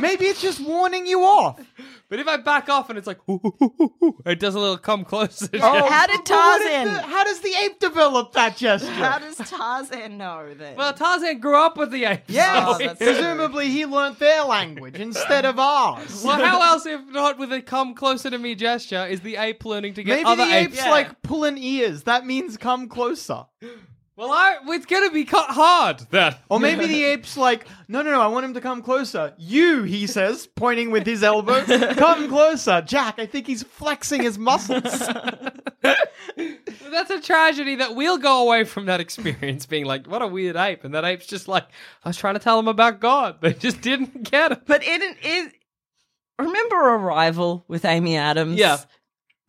Maybe it's just warning you off.
but if I back off and it's like, "Ooh, ooh, ooh, ooh, ooh," it does a little come closer.
Oh.
How did
But what is
Tarzan?
the- how does the ape develop that gesture?
How does Tarzan know that?
Well, Tarzan grew up with the apes.
Yes,
Oh, that's
presumably he learnt their language instead of ours.
Well, how else if not with a come closer to me gesture is the ape learning to get
Maybe
other
the ape's
apes?
like pulling ears. That means come closer.
Well, I, it's gonna be cut hard that.
Or maybe the ape's like, no, no, no, I want him to come closer. You, he says, pointing with his elbow, come closer. Jack, I think he's flexing his muscles.
That's a tragedy that we'll go away from that experience being like, what a weird ape, and that ape's just like, I was trying to tell them about God, they just didn't get it.
but it is. Remember Arrival with Amy Adams?
Yeah.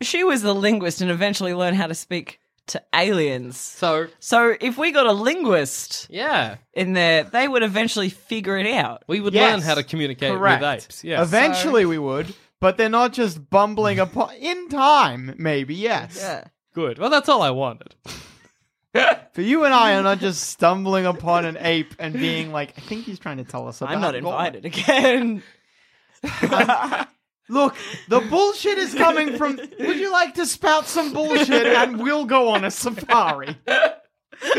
she was the linguist and eventually learned how to speak to aliens.
So
So if we got a linguist
yeah,
in there, they would eventually figure it out.
we would
Yes,
learn how to communicate
correct.
with apes. Yeah,
Eventually we would, but they're not just bumbling upon. In time, maybe, yes.
Yeah.
good. Well, that's all I wanted.
But you and I are not just stumbling upon an ape and being like, I think he's trying to tell us about
I'm not
God."
invited again.
Look, the bullshit is coming from. Would you like to spout some bullshit and we'll go on a safari?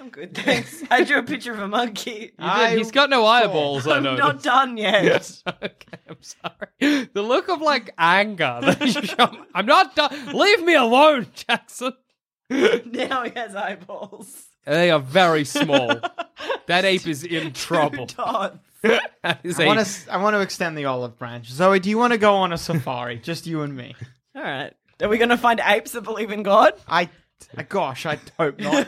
I'm good, thanks. I drew a picture of a monkey.
I-
He's got no eyeballs. I
I'm
know.
not done yet.
okay, I'm sorry. The look of like anger. That you show- I'm not done. Leave me alone, Jackson.
Now he has eyeballs.
They are very small. That ape is in trouble.
Dots.
That is
I
a-
want to. I want to extend the olive branch. Zoe, do you want to go on a safari? Just you and me.
All right. Are we going to find apes that believe in God?
I. uh, Gosh, I hope not.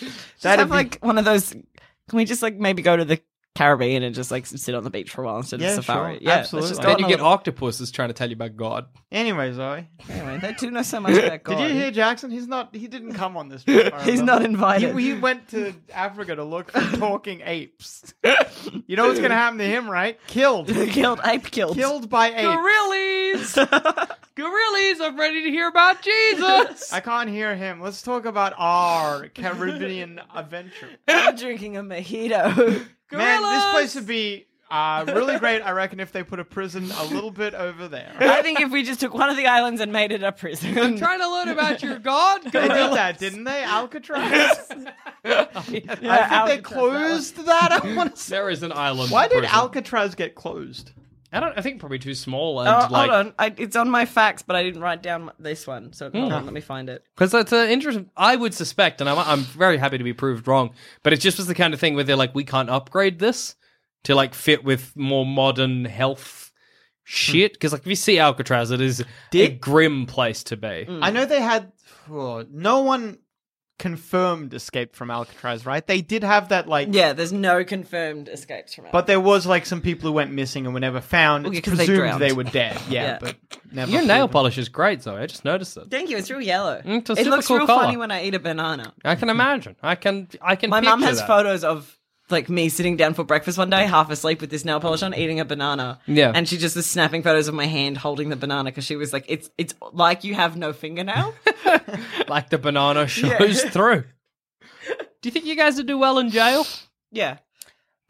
Just
That'd
have
be-
like one of those. Can we just like maybe go to the Caribbean and just like sit on the beach for a while instead
Yeah,
of safari?
sure.
Yeah,
Absolutely.
Let's just go
Then
on
you
a
get
little-
octopuses trying to tell you about God.
Anyway, Zoe,
anyway. They do know so much about God.
did you hear Jackson? He's not. He didn't come on this trip. I
He's
remember.
not invited.
He, he went to Africa to look for talking apes. You know what's going to happen to him, right? Killed.
killed ape killed.
Killed by apes.
Gorillas! Gorillas, I'm ready to hear about Jesus!
I can't hear him. Let's talk about our Caribbean adventure.
I'm drinking a mojito.
Man, this place
Gorillas!
would be uh, really great, I reckon, if they put a prison a little bit over there.
I think if we just took one of the islands and made it a prison.
Trying to learn about your God?
They did
Gorilla.
that, didn't they? Alcatraz?
Yeah,
I think they
Alcatraz, that one.
closed that. I want to say.
There is an island.
Why did
prison.
Alcatraz get closed?
I don't. I think probably too small and
Oh,
like
hold on, I, it's on my facts, but I didn't write down this one. So hold
Ah.
on, let me find it.
Because that's an interesting. I would suspect, and I'm, I'm very happy to be proved wrong, but it just was the kind of thing where they're like, we can't upgrade this to like fit with more modern health shit.
Hmm.
Because like if you see Alcatraz, it is a
Did-
grim place to be.
Hmm.
I know they had. oh, no one confirmed escaped from Alcatraz, right? They did have that, like.
Yeah, there's no confirmed escapes from it.
But there was like some people who went missing and were never found.
Well, yeah,
It's
'cause they
presumed
drowned.
they were dead. Yeah,
Yeah.
but never.
Your nail
proven.
polish is great, Zoe. I just noticed it.
Thank you. It's real yellow.
Mm, it's a
it
super
looks
cool
real
colour.
funny when I eat a banana.
I can imagine. I can. I can.
My mum
picture
has
that.
photos of like me sitting down for breakfast one day, half asleep with this nail polish on, eating a banana.
Yeah.
and she just was snapping photos of my hand holding the banana because she was like, "It's it's like you have no fingernail."
Like the banana shows through. Do you think you guys would do well in jail?
yeah.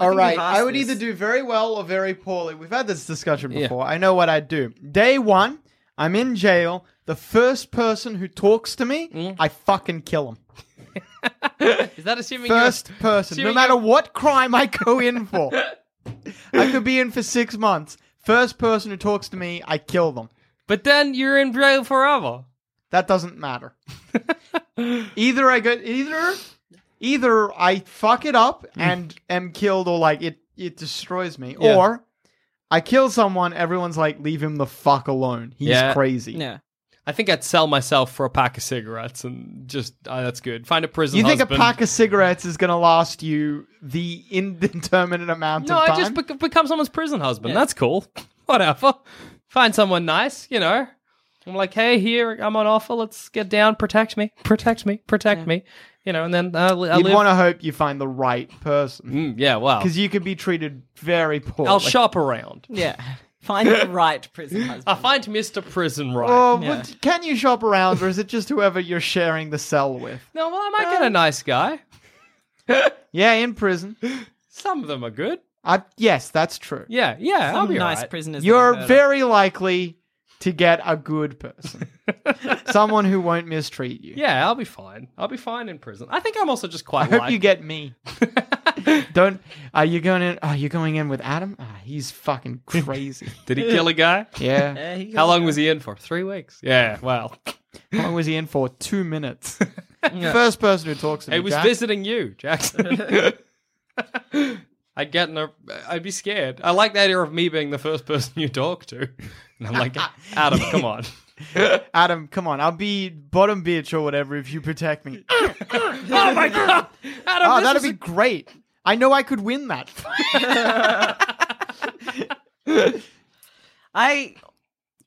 All
think
right.
we've asked
I would
this.
either do very well or very poorly. We've had this discussion
Yeah.
before. I know what I'd do. Day one, I'm in jail. The first person who talks to me,
Mm.
I fucking kill him.
Is that assuming you're-
First person, no
Assuming
matter
you're-
what crime I go in for, I could be in for six months. First person who talks to me, I kill them.
But then you're in jail forever.
That doesn't matter. either I get either either I fuck it up and am killed or like it it destroys me
Mm. Yeah.
or I kill someone everyone's like leave him the fuck alone. He's
Yeah.
crazy.
Yeah.
I think I'd sell myself for a pack of cigarettes and just oh, that's good. Find a prison.
You think
husband.
a pack of cigarettes is going to last you the indeterminate amount
No,
of
I
time?
just bec- become someone's prison husband. That's cool. Whatever. Find someone nice, you know. I'm like, hey, here I'm on offer. Let's get down. Protect me. Protect me. Protect me. You know, and then I, li- I
You'd
live.
want to hope you find the right person
Mm, yeah, wow.
because you could be treated very poorly.
I'll shop around.
Yeah. Find the right prison
I
husband.
find Mister Prison right.
Or
Yeah.
Oh, would- can you shop around, or is it just whoever you're sharing the cell with?
no, well, I might get a nice guy.
Yeah, in prison.
Some of them are good.
I, yes, that's true.
Yeah, yeah. I'll
Some
be
nice
alright.
prisoners. that
You're
I murder.
very likely to get a good person, someone who won't mistreat you.
Yeah, I'll be fine. I'll be fine in prison. I think I'm also just
I
quite.
hope
like-
you get me. Don't are you going in? Are you going in with Adam? Ah, he's fucking crazy.
Did he kill a guy?
Yeah.
Yeah, he
How
goes-
long was he in for? Three weeks. Yeah. Wow.
How long was he in for? Two minutes. First person who talks to me.
He was
Jack.
visiting you, Jackson. I'd get in a. I'd be scared. I like the idea of me being the first person you talk to, and I'm like, Adam, come on.
Adam, come on. I'll be bottom bitch or whatever if you protect me.
oh my god, Adam,
Oh,
this
that'd
is
be great. I know I could win that.
I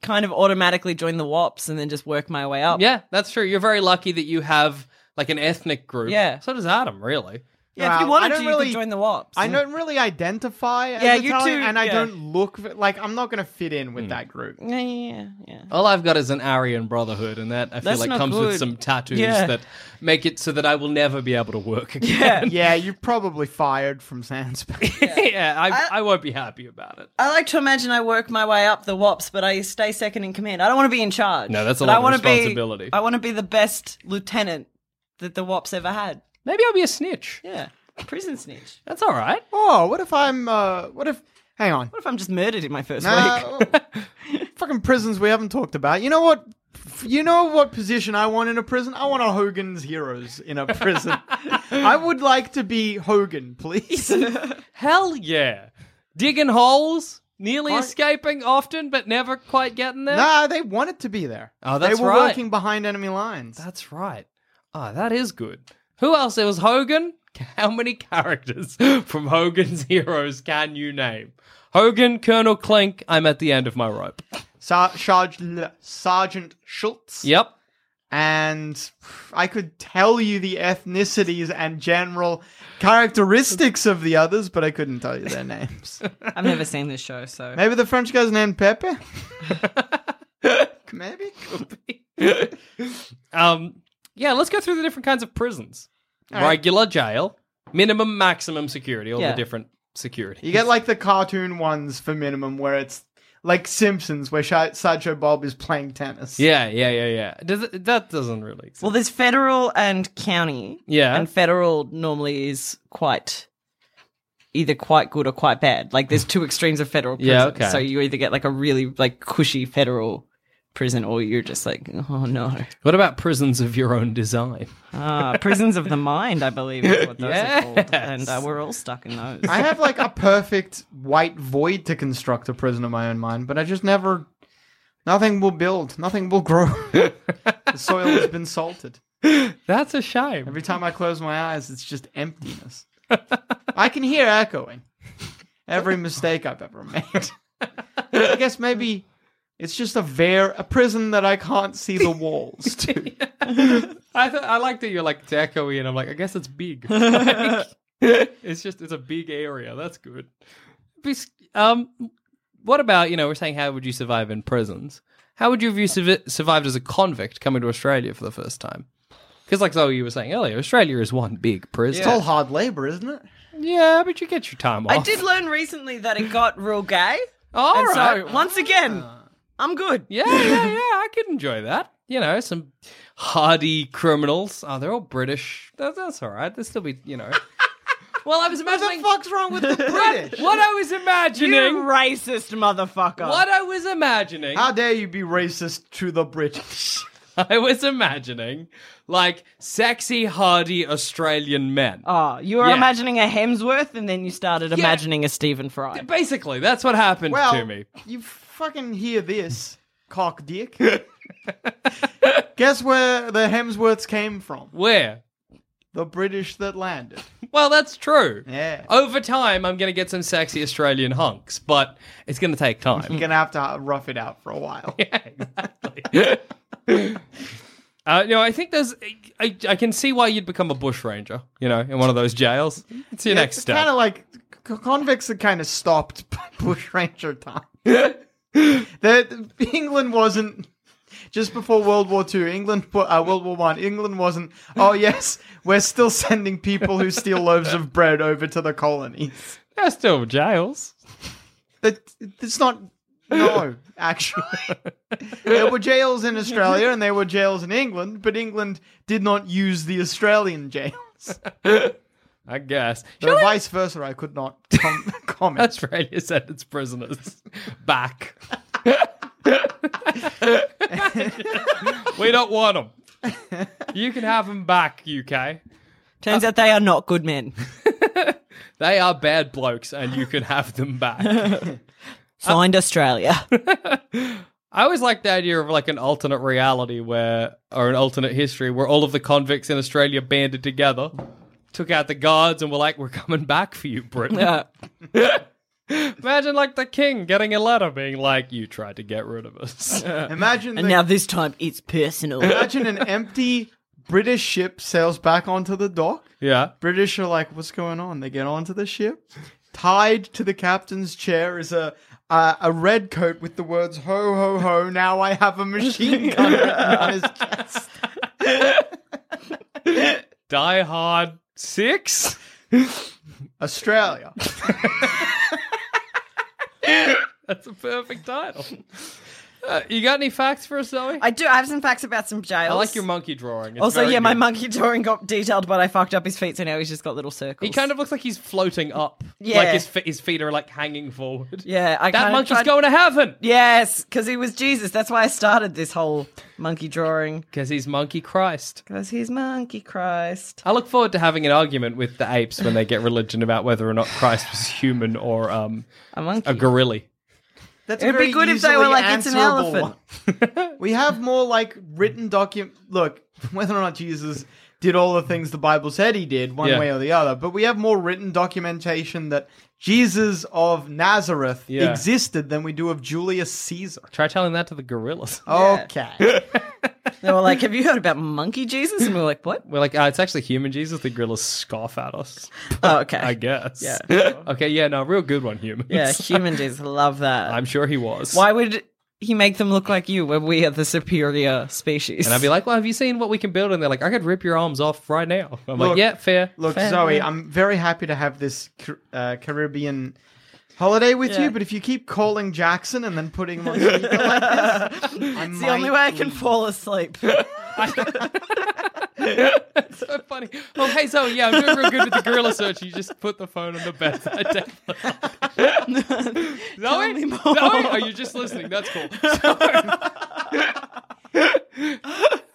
kind of automatically join the WAPs and then just work my way up.
yeah, that's true. You're very lucky that you have like an ethnic group.
Yeah.
So does Adam, really.
Yeah, if you
Well, I
wanted
don't
to, you
really-
could join the WAPs.
I don't really identify as
Yeah, you
Italian,
too-
and I
yeah.
don't look like I'm not going to fit in with that group.
Yeah, yeah, yeah.
All I've got is an Aryan Brotherhood, and that I feel
That's
like
not
comes with
good.
some tattoos
Yeah.
that make it so that I will never be able to work again.
Yeah.
Yeah, you're probably fired from Sandspace.
yeah, I, I, won't be happy about it.
I like to imagine I work my way up the WAPs, but I stay second in command. I don't want to be in charge.
No, that's a
But
lot
I
of
wanna be-
responsibility.
I want to be the best lieutenant that the WAPs ever had.
Maybe I'll be a snitch.
Yeah, prison snitch.
That's all right.
oh, what if I'm? uh What if? Hang on.
What if I'm just murdered in my first week?
Nah, oh, fucking prisons we haven't talked about. You know what? You know what position I want in a prison? I want a Hogan's Heroes in a prison. I would like to be Hogan, please.
Hell yeah. Digging holes, nearly
Aren't-
escaping often, but never quite getting there.
nah, they wanted to be there.
Oh, that's
They were
right.
working behind enemy lines.
That's right. Ah, that is good. Who else? It was Hogan. How many characters from Hogan's Heroes can you name? Hogan, Colonel Clink, I'm at the end of my rope.
Sar- Sarge- Sergeant Schultz.
Yep.
and I could tell you the ethnicities and general characteristics of the others, but I couldn't tell you their names.
I've never seen this show, so
Maybe the French guy's named Pepe. Maybe.
um, yeah, let's go through the different kinds of prisons.
right.
Regular jail, minimum, maximum security, all
Yeah.
the different security.
You get like the cartoon ones for minimum, where it's like Simpsons, where Sh- Sideshow Bob is playing tennis.
Yeah, yeah, yeah, yeah. Does it, that doesn't really exist.
well, there's federal and county.
yeah.
and federal normally is quite either quite good or quite bad. Like there's two extremes of federal prison.
Yeah, okay.
So you either get like a really like cushy federal prison or you're just like, oh no.
what about prisons of your own design?
Ah, prisons of the mind, I believe is what those are called. And uh,
Yes.
we're all stuck in those.
I have like a perfect white void to construct a prison of my own mind, but I just never. Nothing will build. Nothing will grow. the soil has been salted.
That's a shame.
Every time I close my eyes, it's just emptiness. I can hear echoing every mistake I've ever made. I guess maybe it's just a ver a prison that I can't see the walls to.
I th- I like that you're like it's echoey, and I'm like, I guess it's big. Like, it's just it's a big area. That's good. Bes- Um, what about you know we're saying how would you survive in prisons? How would you have you survi- survived as a convict coming to Australia for the first time? Because like Zoe, you were saying earlier, Australia is one big prison.
It's all hard labor, isn't it?
Yeah, Yeah, but you get your time off.
I did learn recently that it got real gay.
Oh. All
and
right. Ah.
so, once again, I'm good.
Yeah, yeah, yeah. I could enjoy that. You know, some hardy criminals. Oh, they're all British. That, that's all right. They'll still be, you know. well, I was imagining.
fuck's wrong with the British?
What I was
You
imagining.
racist motherfucker.
What I was imagining.
How dare you be racist to the British?
I was imagining, like, sexy, hardy Australian men.
Oh, you were
Yeah.
imagining a Hemsworth and then you started imagining a Stephen Fry.
Basically, that's what happened
Well,
to me.
you fucking hear this, cock dick. Guess where the Hemsworths came from?
Where?
The British that landed.
Well, that's true.
Yeah.
Over time, I'm going to get some sexy Australian hunks, but it's going to take time.
You're gonna have to rough it out for a while.
Uh, you know, I think there's. I, I can see why you'd become a bush ranger. You know, in one of those jails. It's your next
it's
step.
kind of like c- convicts had kind of stopped bush ranger time. that England wasn't just before World War Two. England, wa- uh, World War One. England wasn't. Oh yes, we're still sending people who steal loaves of bread over to the colonies.
They're still jails.
That it's not. No, actually, there were jails in Australia and there were jails in England, but England did not use the Australian jails.
I guess.
Though vice versa, I could not com- comment.
Australia sent its prisoners back. we don't want them. You can have them back, UK.
Turns out they are not good men.
Uh, They are bad blokes, and you can have them back.
Find Australia.
I always like the idea of like an alternate reality where, or an alternate history where all of the convicts in Australia banded together, took out the guards, and were like, "We're coming back for you, Britain."
Yeah.
Imagine like the king getting a letter being like, "You tried to get rid of us."
Imagine
and
the-
now this time it's personal.
Imagine an empty British ship sails back onto the dock.
yeah.
British are like, "What's going on?" They get onto the ship. Tied to the captain's chair is a uh, a red coat with the words "Ho ho ho!" Now I have a machine gun written on his chest.
Die Hard Six.
Australia.
That's a perfect title. Uh, you got any facts for us, Zoe? I,
I do. I have some facts about some jails.
like your monkey drawing. It's
Also,
very
yeah, my
good.
monkey drawing got detailed, but I fucked up his feet, so now he's just got little circles.
He kind of looks like he's floating up.
Yeah.
Like his, fe- his feet are like hanging forward.
Yeah, I
That
kinda
monkey's
tried-
going to heaven.
Yes, because he was Jesus. That's why I started this whole monkey drawing.
Because he's Monkey Christ.
Because he's Monkey Christ.
I look forward to having an argument with the apes when they get religion about whether or not Christ was human or um,
A monkey.
a gorilla.
That's
It'd
very
be good if they were
easily
like, "It's an
answerable
elephant."
one. we have more like written document. Look, whether or not Jesus did all the things the Bible said he did, one
Yeah.
way or the other, but we have more written documentation that Jesus of Nazareth
Yeah.
existed than we do of Julius Caesar.
Try telling that to the gorillas.
Okay.
they were like, "Have you heard about Monkey Jesus?" And we were like, "What?"
We're like, ah, it's actually human Jesus. The gorillas scoff at us,
Oh, okay.
I guess.
Yeah.
okay, yeah, no, real good one, humans.
yeah, human Jesus. Love that.
I'm sure he was.
Why would he make them look like you when we are the superior species?
And I'd be like, well, have you seen what we can build? And they're like, I could rip your arms off right now. I'm like,
Look-
yeah, fair.
Look, Zoe, I'm very happy to have this Car- uh, Caribbean holiday with
Yeah.
you, but if you keep calling Jackson and then putting him on speaker like this,
it's the only way I can fall asleep.
so funny. Oh, hey, so yeah, I'm doing real good with the gorilla search. You just put the phone on the bedside table. Zoe?
me more.
Zoe? Are you just listening? That's cool. Sorry.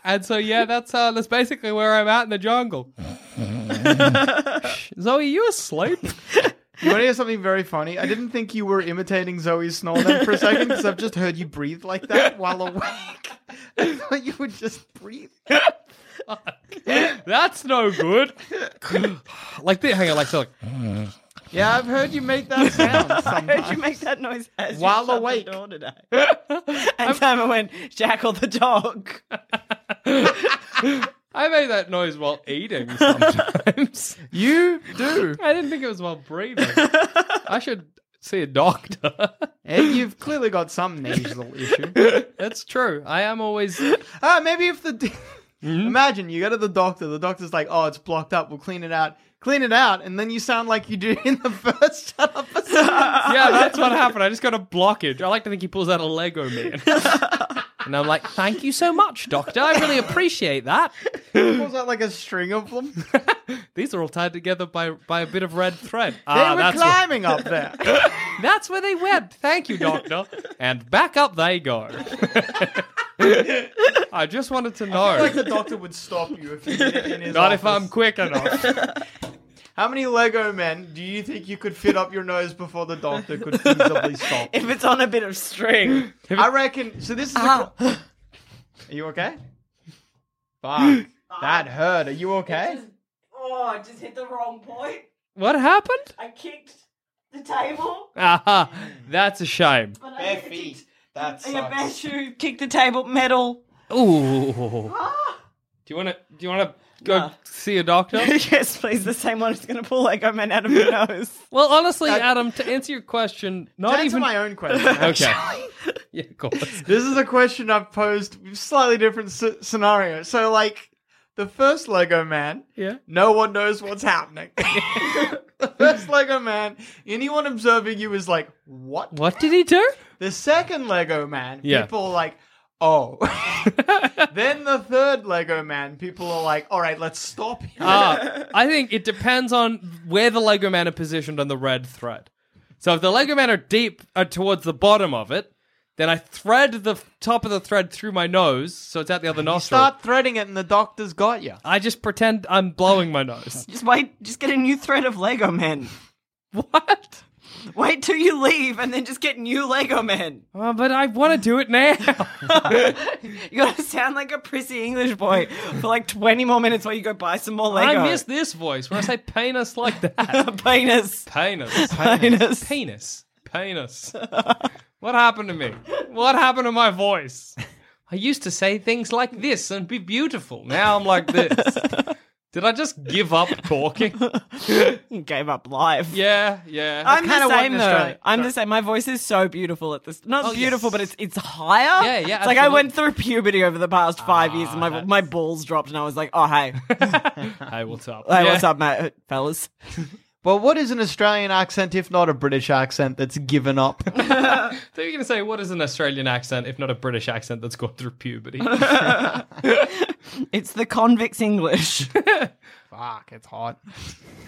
and so yeah, that's uh, that's basically where I'm at in the jungle. Zoe, you asleep?
You want to hear something very funny? I didn't think you were imitating Zoe Snore then for a second because I've just heard you breathe like that while awake. I thought you would just breathe.
That's no good. like this, hang on, like so. Like,
Yeah, I've heard you make that sound
Did you
sometimes.
make that noise as
While
you shut
awake.
the door today? and Simon went, "Jackal the dog."
I made that noise while eating sometimes.
You do.
I didn't think it was while breathing. I should see a doctor.
And you've clearly got some nasal issue.
That's true. I am always. Hmm?
Ah, maybe if the. Imagine you go to the doctor, the doctor's like, oh, it's blocked up, we'll clean it out. clean it out, and then you sound like you do in the first episode.
yeah, that's what happened. I just got a blockage. I like to think he pulls out a Lego man. and I'm like, thank you so much, Doctor. I really appreciate that.
Was that like a string of them?
These are all tied together by, by a bit of red thread.
They
Ah,
were
that's, where,
climbing up there.
that's where they went. Thank you, Doctor. And back up they go. I just wanted to know.
the doctor would stop you if you did it in his
Not if
office.
I'm quick enough.
How many Lego men do you think you could fit up your nose before the doctor could feasibly stop?
If it's on a bit of string.
I reckon. So this is.
Ah.
A, qu- are you okay? Fuck. That hurt. Are you okay?
Oh, I just hit the wrong point.
What happened?
I kicked the table.
Aha, that's a shame.
Bare feet. That
Yeah, bare
sucks.
shoe, kicked the table, metal.
Ooh. Do
Ah.
you want to? Do you want to go
Nah.
see a doctor?
yes, please, the same one is going to pull Lego Man out of your nose.
well, honestly, Adam, to answer your question,
To
not
answer
even.
my own question.
okay. yeah, of course.
This is a question I've posed. Slightly different s- scenario. So like the first Lego man.
Yeah.
No one knows what's happening. the first Lego man. Anyone observing you is like, what?
What did he do?
The second Lego Man,
Yeah.
people are like, oh. then the third Lego Man, people are like, all right, let's stop here.
Uh, I think it depends on where the Lego men are positioned on the red thread. So if the Lego men are deep uh, towards the bottom of it, then I thread the f- top of the thread through my nose, so it's out the other nostril.
Start threading it, and the doctor's got you.
I just pretend I'm blowing my nose.
Just wait, just get a new thread of Lego Man.
what?
Wait till you leave and then just get new Lego Man.
Oh, but I want to do it now.
You gotta sound like a prissy English boy for like 20 more minutes while you go buy some more Lego.
I miss this voice when I say penis like that.
penis.
penis.
Penis.
Penis. Penis. what happened to me? What happened to my voice? I used to say things like this and be beautiful. Now I'm like this. Did I just give up talking?
Gave up life.
Yeah, yeah.
I'm
kinda
the
want
same
an
though.
Australian-
I'm the same. My voice is so beautiful at this. Not
Oh,
beautiful,
yes.
but it's it's higher.
Yeah, yeah,
It's like I
absolutely. Ah,
went through puberty over the past five years, and my my balls dropped, and I was like, oh hey, hey,
hey, what's up?
what's
Yeah.
up, mate, fellas?
Well, what is an Australian accent if not a British accent that's given up?
So you're going to say, what is an Australian accent if not a British accent that's gone through puberty?
It's the convicts English.
Fuck, it's hot.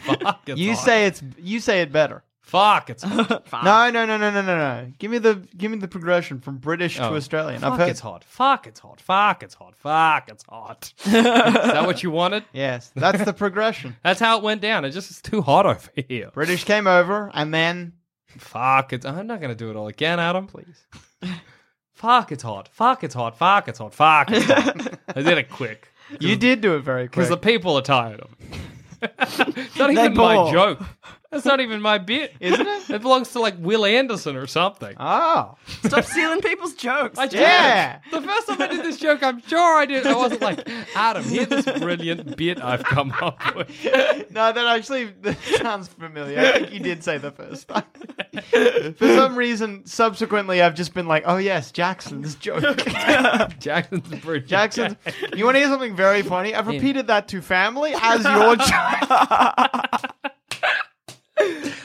Fuck, it's
You
hot.
say it's you say it better.
Fuck, it's hot. Ah.
No, no, no, no, no, no, no. Give me the give me the progression from British
Oh.
to Australian.
Fuck,
I've heard
it's hot. Fuck, it's hot. Fuck, it's hot. Fuck, it's hot. Is that what you wanted?
Yes, that's the progression.
That's how it went down. It just is too hot over here.
British came over, and then
Fuck, it's. I'm not going to do it all again, Adam, please. Fuck, it's hot. Fuck, it's hot. Fuck, it's hot. Fuck, it's hot. I did it quick.
you did do it very quick.
Mm. Because the people are tired of it. it's not
They're
even my
bored.
joke. That's not even my bit.
Isn't it?
It belongs to like Will Anderson or something.
Oh,
Stop stealing people's jokes.
I did.
yeah.
The first time I did this joke, I'm sure I did. I wasn't like, Adam, hear this brilliant bit I've come up with.
No, that actually that sounds familiar. I think you did say the first time. For some reason, subsequently, I've just been like, oh, yes, Jackson's joke.
Jackson's brilliant.
Jackson's. You want to hear something very funny? I've repeated that to family as your joke.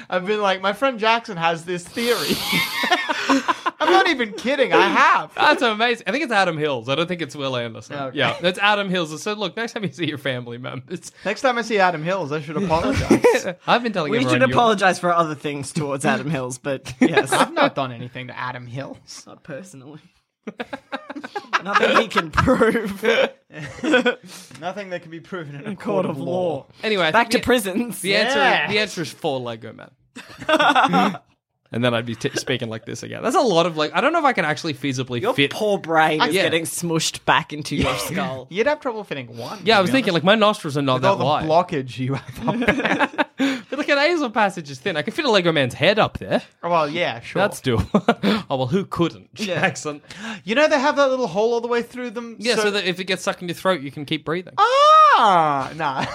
I've been like, my friend Jackson has this theory. I'm not even kidding. I have.
That's amazing. I think it's Adam Hills. I don't think it's Will Anderson.
Okay.
Yeah, that's Adam Hills. So look, next time you see your family members,
Next time I see Adam Hills, I should apologize.
I've been telling
we
everyone.
should
you're-
apologize for other things towards Adam Hills, but yes,
I've not done anything to Adam Hills.
not personally. Nothing he can prove.
Nothing that can be proven in a
Court of law.
Anyway, I
Back to
think the-
prisons.
The answer,
Yeah.
the answer is four Lego Man. and then I'd be t- speaking like this again. That's a lot of like. I don't know if I can actually feasibly
Your
fit. Uh,
poor brain is
Yeah.
getting smushed back into your skull.
You'd have trouble fitting one.
yeah, I
to
was
be
thinking like my nostrils are not
With all
that wide.
the blockage you have up
But look, an nasal passage is thin. I could fit a Lego Man's head up there.
Well, yeah, sure.
That's doable. oh well, who couldn't? Jackson.
You know they have that little hole all the way through them.
Yeah, so, Oh. that if it gets stuck in your throat, you can keep breathing.
ah, nah.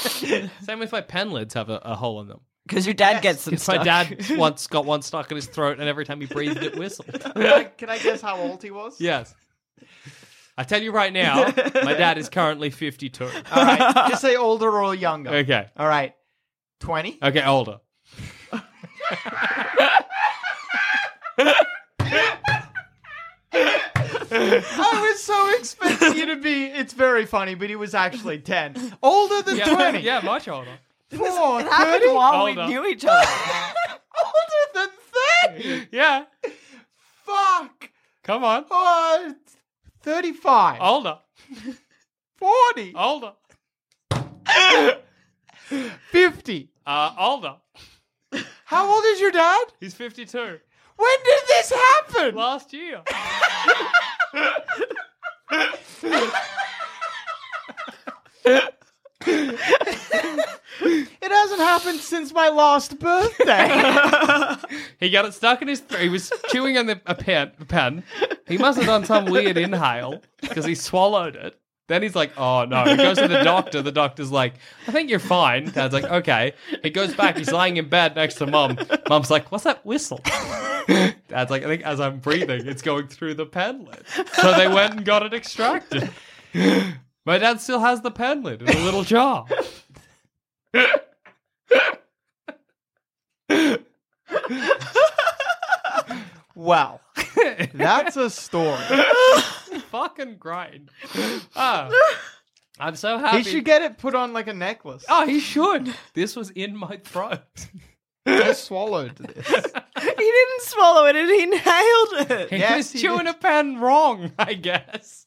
Same with my pen lids have a, a hole in them.
Because your dad gets some
Because
stuff.
my dad once got one stuck in his throat, and every time he breathed, it whistled.
Can I- Can I guess how old he was?
yes. I tell you right now, my dad is currently 52.
All right. Just say older or younger.
Okay.
All right. 20?
Okay, older.
I was so expecting you to be. It's very funny, but he was actually 10. Older than
Yeah,
20.
yeah, much older.
Four,
It happened
30?
while
Hold
we
up.
knew each other.
Older than 30.
Yeah,
Fuck.
come on.
Oh, 35.
Older,
40.
older,
50.
uh, older.
How old is your dad?
He's 52.
When did this happen?
Last year.
It hasn't happened since my last birthday.
He got it stuck in his throat. He was chewing on the, a pen, pen. He must have done some weird inhale because he swallowed it. Then he's like, oh no. He goes to the doctor. The doctor's like, I think you're fine. Dad's like, okay. He goes back. He's lying in bed next to mum. Mum's like, what's that whistle? Dad's like, I think as I'm breathing, it's going through the pen lid. So they went and got it extracted. My dad still has the pen lid in a little jar.
wow. That's a story.
Fucking great. Oh, I'm so happy.
He should get it put on like a necklace.
Oh, he should. This was in my throat.
I swallowed this.
he didn't swallow it, and he nailed it.
He
Yes,
was
he
chewing a pen wrong, I guess.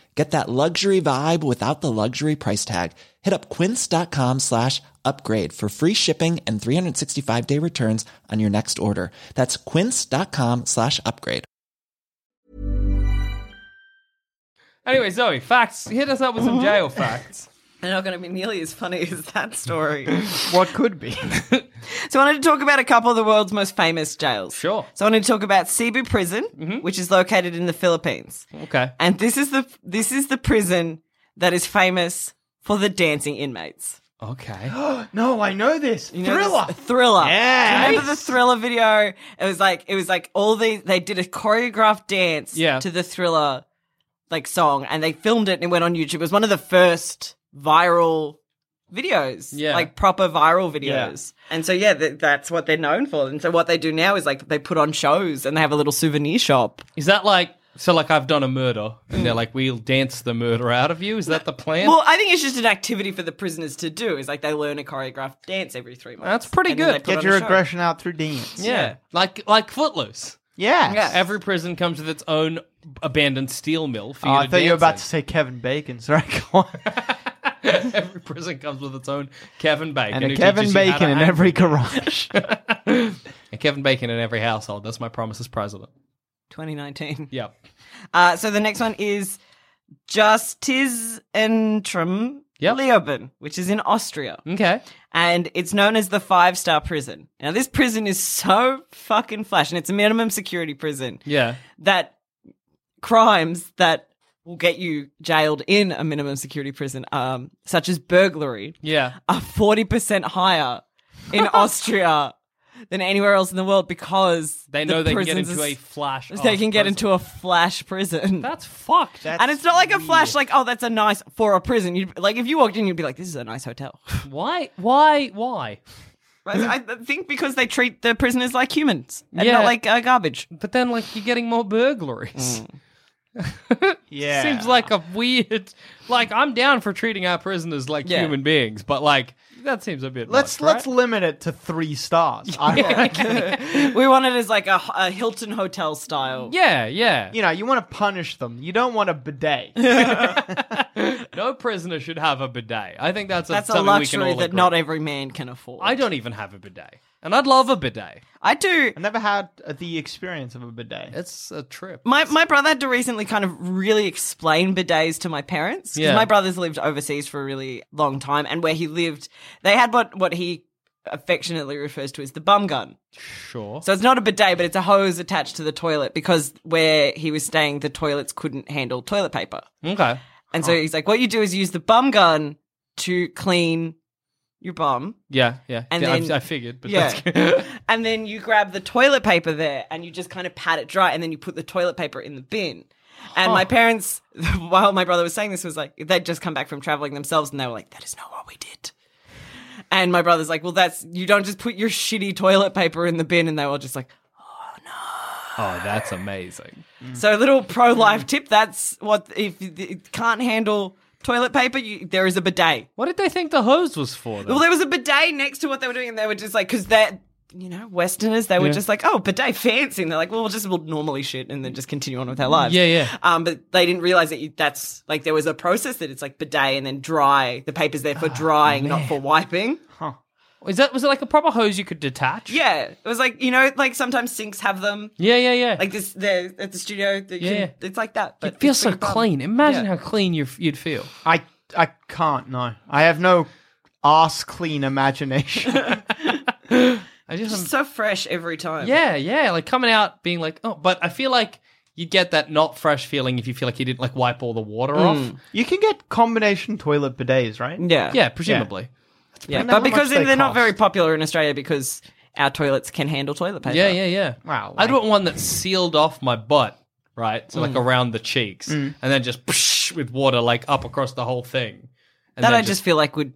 Get that luxury vibe without the luxury price tag. Hit up quince.com slash upgrade for free shipping and 365 day returns on your next order. That's quince.com slash upgrade.
Anyway, Zoe, facts. Hit us up with some jail facts.
They're not going to be nearly as funny as that story.
What could be?
so I wanted to talk about a couple of the world's most famous jails.
Sure. Mm-hmm.
So I wanted to talk about Cebu Prison, which is located in the Philippines.
Okay.
And this is the this is the prison that is famous for the dancing inmates.
Okay.
no, I know this.
You know this-
Thriller.
Thriller.
Yeah.
Do you remember the Thriller video? It was like it was like all the they did a choreographed dance
Yeah.
to the Thriller like song and they filmed it and it went on YouTube. It was one of the first viral videos.
Yeah.
Like proper viral videos. And so yeah, th- that's what they're known for. And so what they do now is like they put on shows and they have a little souvenir shop.
Is that like so? Like I've done a murder, and
Hmm.
they're like, "We'll dance the murder out of you." Is that the plan?
Well, I think it's just an activity for the prisoners to do. Is like they learn a choreographed dance every three months.
That's pretty
And then
good.
they put
Get
on
your
a show.
aggression out through dance.
yeah. Like like Footloose.
Yeah.
Yeah.
Every prison comes with its own abandoned steel mill for
Oh,
you
I
to
thought you were about to
dance
say Kevin Bacon. Sorry, go on.
in. Every prison comes with its own Kevin Bacon.
And
who
a Kevin
teaches you how
Bacon
to
in
act.
every garage.
And Kevin Bacon in every household. That's my promise as president.
2019.
Yep.
Uh, so the next one is Justiz Entrum
Yep.
Leoben, which is in Austria.
Okay.
And it's known as the five star prison. Now, this prison is so fucking flash, and it's a minimum security prison
Yeah.
that crimes that will get you jailed in a minimum security prison, um, such as burglary,
Yeah.
are forty percent higher in Austria than anywhere else in the world because
They
the
know they can get
prisons
into a
is-
flash.
they
of
can get
prison.
into a flash prison.
That's fucked.
and it's not like a flash, like oh, that's a nice for a prison. You'd, like if you walked in, you'd be like, this is a nice hotel.
why? Why? Why?
I I think because they treat the prisoners like humans and
Yeah.
not like uh, garbage.
But then, like, you're getting more burglaries.
Mm.
Yeah.
Seems like a weird. Like, I'm down for treating our prisoners like
Yeah.
human beings, but like that seems a bit.
Let's
much, right?
let's limit it to three stars. I reckon.
We want it as like a, a Hilton hotel style.
Yeah, yeah.
you know, you want to punish them. You don't want a bidet.
No prisoner should have a bidet. I think that's a,
That's a
something we
luxury
can all
that
agree.
not every man can afford.
I don't even have a bidet, and I'd love a bidet.
I do.
I never had uh, the experience of a bidet.
It's a trip.
My my brother had to recently kind of really explain bidets to my parents. 'cause
Yeah.
My brother's lived overseas for a really long time, and where he lived, they had what what he affectionately refers to as the bum gun.
Sure.
So it's not a bidet, but it's a hose attached to the toilet because where he was staying, the toilets couldn't handle toilet paper.
Okay.
And so he's like, what you do is use the bum gun to clean your bum.
Yeah, yeah.
And
I,
then-
I figured, but
yeah.
that's good.
And then you grab the toilet paper there and you just kind of pat it dry and then you put the toilet paper in the bin. And
Oh.
my parents, while my brother was saying this, was like, they'd just come back from traveling themselves and they were like, that is not what we did. And my brother's like, well, that's, you don't just put your shitty toilet paper in the bin. And they were just like,
oh, that's amazing.
So, a little pro life tip. That's what if you it can't handle toilet paper, you, there is a bidet.
What did they think the hose was for? Then?
Well, there was a bidet next to what they were doing, and they were just like, because they're you know Westerners, they were
Yeah.
just like, oh, bidet fancy, and they're like, well, we'll just we'll normally shit, and then just continue on with our lives.
Yeah, yeah.
Um, but they didn't realize that you, that's like there was a process that it's like bidet and then dry. The paper's there for
Ah,
drying, not for wiping.
Is that was it like a proper hose you could detach?
Uh, Yeah, it was like you know, like sometimes sinks have them.
yeah, yeah, yeah.
Like this, there at the studio, that you
Yeah.
can, it's like that. But
it feels
it's
so
for your bum.
clean. Imagine how
Yeah.
clean you you'd feel.
I I can't. No, I have no ass clean imagination.
I just,
It's so fresh every time.
yeah, yeah, like coming out being like, oh, but I feel like you'd get that not fresh feeling if you feel like you didn't like wipe all the water
Mm.
off.
you can get combination toilet bidets, right?
Yeah.
Yeah, presumably.
Yeah.
I know how
But because
much they
they're not
cost.
very popular in Australia because our toilets can handle toilet paper.
Yeah, yeah, yeah.
Wow,
I'd want one that sealed off my butt, right? So
Mm.
like around the cheeks, and then just psh, with water like up across the whole thing. And
That
then
I just feel like would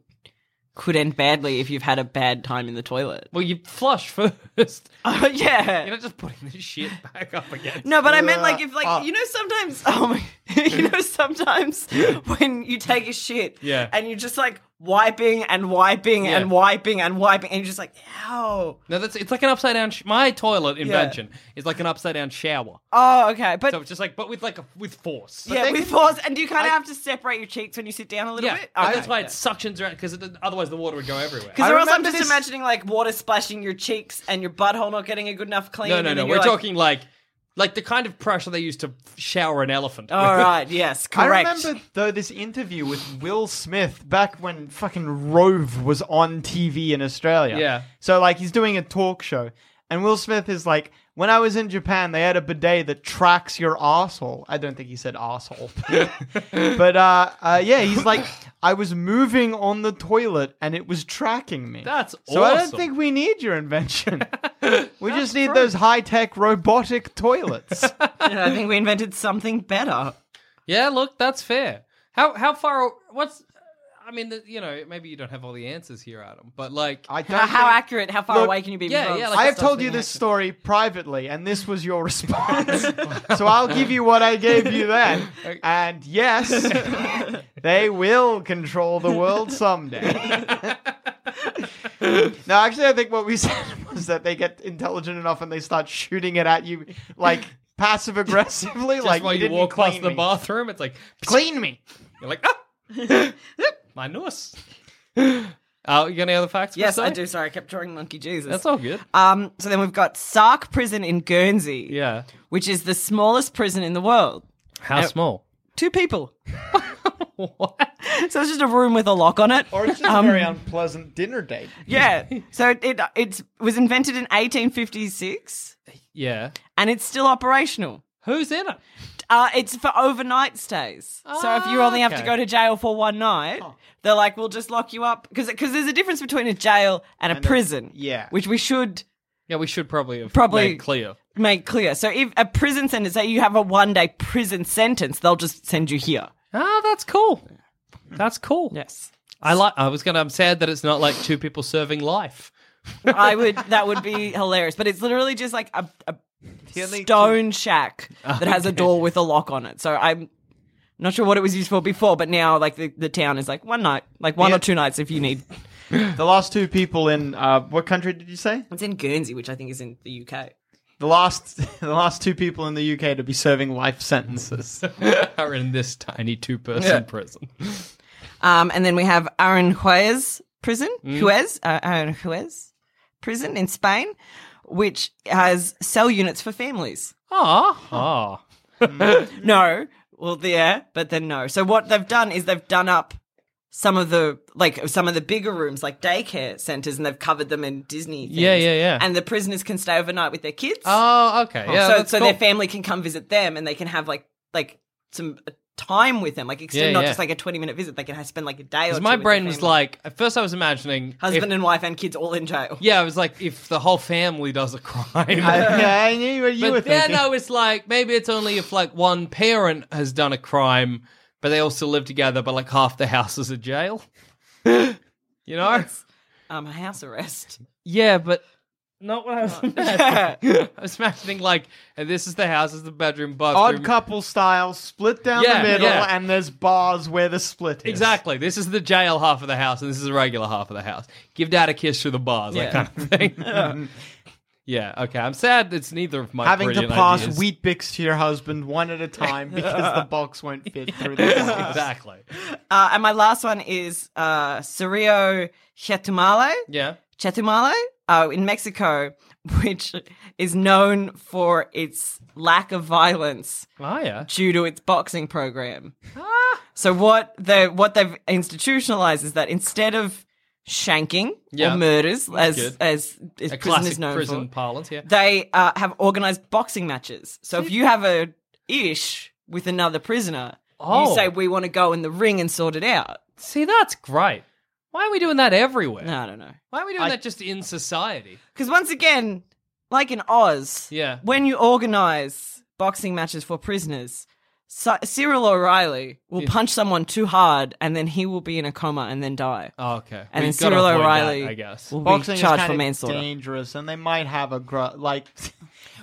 could end badly if you've had a bad time in the toilet.
well, you flush first.
Oh yeah.
You're not just putting this shit back up again.
No, but I meant like if
Uh,
like you know sometimes oh my, you know sometimes when you take a shit
Yeah.
and you're just like wiping and wiping
Yeah.
and wiping and wiping and you're just like ow
No, that's it's like an upside down. Sh- my toilet invention is like an upside down shower.
oh okay but
So it's just like, but with like a, with force.
yeah with force and do you kind of have to separate your cheeks when you sit down a little
yeah.
bit
and
Okay.
that's why it suctions around because otherwise the water would go everywhere.
Because or else I'm
remember
just
this-
imagining like water splashing your cheeks and your butthole not getting a good enough clean.
No,
and
no,
then
no.
you're
We're
like,
talking like like the kind of pressure they use to shower an elephant.
All
with.
right, yes,
I
correct.
remember though this interview with Will Smith back when fucking Rove was on TV in Australia.
Yeah.
So like he's doing a talk show, and Will Smith is like, "When I was in Japan, they had a bidet that tracks your asshole." I don't think he said asshole, but uh, uh, yeah, he's like, "I was moving on the toilet and it was tracking me."
That's
so. I don't
awesome.
think we need your invention. we just need those high tech robotic toilets.
I think we invented something better.
Yeah. Look, that's fair. How how far? What's? I mean, the, you know, maybe you don't have all the answers here, Adam. But like,
I don't
How, how
think-
accurate? How far
Look,
away can you be?
yeah,
from-
yeah, like-
I have
stuff
told
that
you
you
this story privately, and this was your response. so I'll give you what I gave you then. And yes, they will control the world someday. no, actually, I think what we said was that they get intelligent enough and they start shooting it at you, like passive aggressively.
just
like
while you
didn't
walk past
clean
the
me.
bathroom, it's like
clean me.
you're like ah, my nose. Uh, you got any other facts? for
yes, I
today?
do. Sorry, I kept drawing monkey Jesus.
That's all good.
Um, so then we've got Sark Prison in Guernsey,
yeah.
which is the smallest prison in the world.
How small?
Two people.
What?
So it's just a room with a lock on it.
Or it's just a very unpleasant dinner date.
yeah. So it, it it was invented in 1856
Yeah.
and it's still operational.
Who's in it?
Uh, it's for overnight stays. so if you only have to
okay.
go to jail for one night, they're like, we'll just lock you up because there's a difference between a jail and a
And a-
prison.
yeah.
which we should
Yeah, we should probably have
Probably-
made clear.
make clear. So if a prison sentence, say you have a one day prison sentence, they'll just send you here.
Ah, that's cool. That's cool.
Yes,
I like. I was gonna. I'm sad that it's not like two people serving life.
I would. That would be hilarious. But it's literally just like a, a
only
stone shack that has a door with a lock on it. So I'm not sure what it was used for before, but now like the, the town is like one night, like one
Yeah.
or two nights if you need.
The last two people in uh, what country did you say?
It's in Guernsey, which I think is in the UK.
The last, the last two people in the UK to be serving life sentences.
Are in this tiny two-person prison.
Um, and then we have Aaron Juez prison, Juez, uh, Aaron Juez prison in Spain, which has cell units for families.
Ah, ah.
No. Well, yeah, but then no. So what they've done is they've done up some of the like some of the bigger rooms, like daycare centers, and they've covered them in Disney. Things.
Yeah, yeah, yeah.
And the prisoners can stay overnight with their kids.
Oh, okay. Yeah,
so
that's
so
cool.
their family can come visit them, and they can have like like some uh, time with them, like extend
Yeah,
not
yeah.
just like a twenty minute visit. They can have, spend like a day. Or
Because
two
my
with their
brain was
family.
like, at first I was imagining
husband
if-
and wife and kids all in jail.
yeah, I was like, if the whole family does a crime.
I, yeah, I knew what you were
but
thinking.
then I was like, maybe it's only if like one parent has done a crime, but they all still live together, but like half the house is a jail. you know?
Um, house arrest.
Yeah, but not what I was imagining. I was imagining like, and this is the house, this is the bedroom, bathroom.
Odd couple style, split down
Yeah,
the middle,
yeah.
and there's bars where the split is.
Exactly. This is the jail half of the house, and this is the regular half of the house. Give dad a kiss through the bars,
Yeah.
that kind of thing. yeah. Okay. I'm sad it's neither of my
Having to
brilliant
pass
ideas.
wheat bix to your husband one at a time because the box won't fit through the bars.
exactly.
Uh, and my last one is uh, Sirio Chetumale.
Yeah.
Chetumale uh, in Mexico, which is known for its lack of violence
Oh yeah.
due to its boxing program.
Ah.
So what they what they've institutionalized is that instead of shanking
Yeah.
or murders, as
good.
as, as
A
prison is
classic
known
prison
for,
parlance. Yeah.
they uh, have organized boxing matches. So if you have a ish with another prisoner,
Oh.
you say we want to go in the ring and sort it out.
See, that's great. Why are we doing that everywhere?
No, I don't know.
Why are we doing
I-
that just in society?
Because once again, like in Oz,
Yeah.
when you organise boxing matches for prisoners, Cy- Cyril O'Reilly will punch someone too hard, and then he will be in a coma and then die.
Oh, okay.
and then
We've gotta
Cyril
avoid that,
O'Reilly,
I guess.
will
Boxing
be
is
charged
kind
for
of
manslaughter.
dangerous, and they might have a gr- like.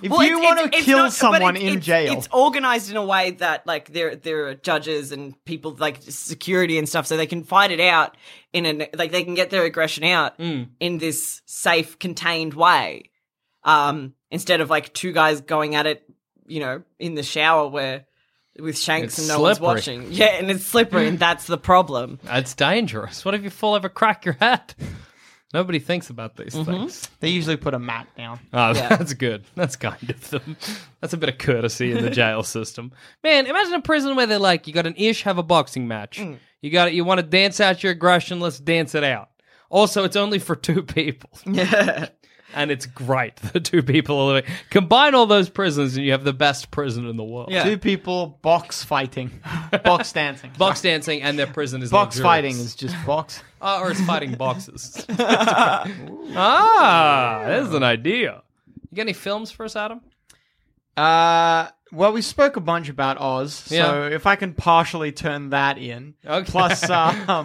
If
Well,
you
it's-
want
it's-
to
it's
kill
not- but
someone
it's-
in
it's-
jail,
it's organised in a way that like there there are judges and people like security and stuff, so they can fight it out in an like they can get their aggression out
Hmm.
in this safe, contained way, um, instead of like two guys going at it, you know, in the shower where with shanks
It's
and no
slippery.
one's watching. Yeah, and it's slippery, and that's the problem.
That's dangerous. What if you fall over, crack your head? Nobody thinks about these
Mm-hmm.
things.
they usually put a mat down.
Oh, that's good. That's kind of them. That's a bit of courtesy in the jail system. Man, imagine a prison where they're like, you got an ish, have a boxing match.
Mm.
You got it. You want to dance out your aggression? Let's dance it out. Also, it's only for two people. and it's great. The two people are living. Combine all those prisons, and you have the best prison in the world.
Yeah.
Two people box fighting, box dancing,
Box dancing and their prison is
box
luxurious.
fighting is just box.
Uh, or it's fighting boxes. ah, there's an idea. You got any films for us, Adam?
Uh, well, we spoke a bunch about Oz, so
Yeah.
if I can partially turn that in,
Okay.
plus um, uh,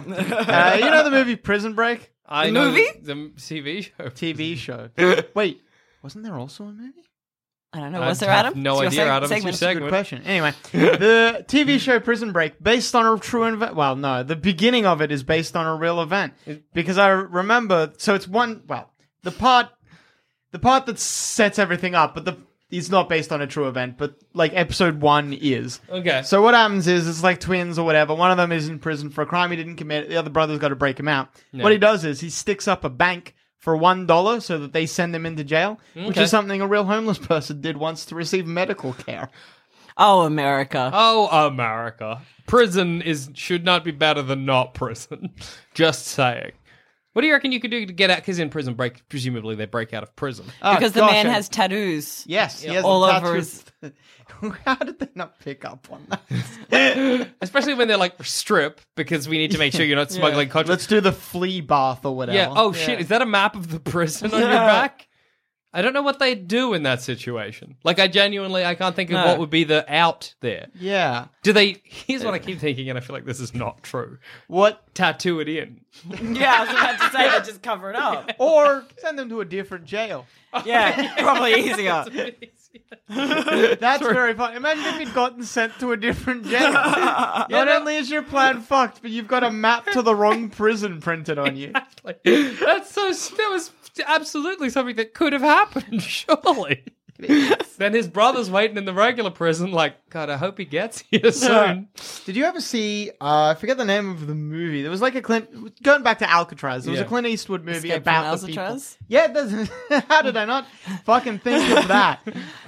you know the movie Prison Break
I
The
know
movie?
the TV show.
TV show. Wait, wasn't there also a movie?
I don't know.
I
Was there
have
Adam?
no
It's
idea,
your seg-
Adam. It's your
segment.
seg-
Good
Segment.
question. Anyway, the TV show Prison Break, based on a true event. Well, no, the beginning of it is based on a real event because I remember. So it's one. Well, the part, the part that sets everything up, but the it's not based on a true event. But like episode one is.
Okay.
So what happens is it's like twins or whatever. One of them is in prison for a crime he didn't commit. The other brother's got to break him out. What he does is he sticks up a bank for one dollar so that they send him into jail, which
Mm, Okay.
is something a real homeless person did once to receive medical care.
Oh, America.
Oh, America. Prison is should not be better than not prison. Just saying. What do you reckon you could do to get out? Because in prison break, presumably they break out of prison.
Oh,
because
Ah,
the
gosh,
man
I-
has tattoos.
Yes, he has
all
all
over
over his. How did they not pick up on that?
Especially when they're like strip, because we need to make sure you're not smuggling contraband.
Let's do the flea bath or whatever.
Yeah. Oh shit! Is that a map of the prison on your back? I don't know what they do in that situation. Like, I genuinely, I can't think of
No.
what would be the out there.
yeah.
Do they? Here's what I keep thinking, and I feel like this is not true.
What?
Tattoo it in.
Yeah, I was about to say that. Just cover it up.
Or send them to a different jail.
Yeah, probably easier.
That's very funny. Imagine if you'd gotten sent to a different jail. Not only is your plan fucked, but you've got a map to the wrong prison printed on you.
Like, that's so. That was absolutely something that could have happened. Surely. then his brother's waiting in the regular prison. Like, God, I hope he gets here soon.
Did you ever see? Uh, I forget the name of the movie. There was like a Clint. Going back to Alcatraz, there was
Yeah.
a Clint Eastwood movie
Escape
about the
from
people.
Alcatraz?
Yeah, it doesn't. how did I not fucking think of that?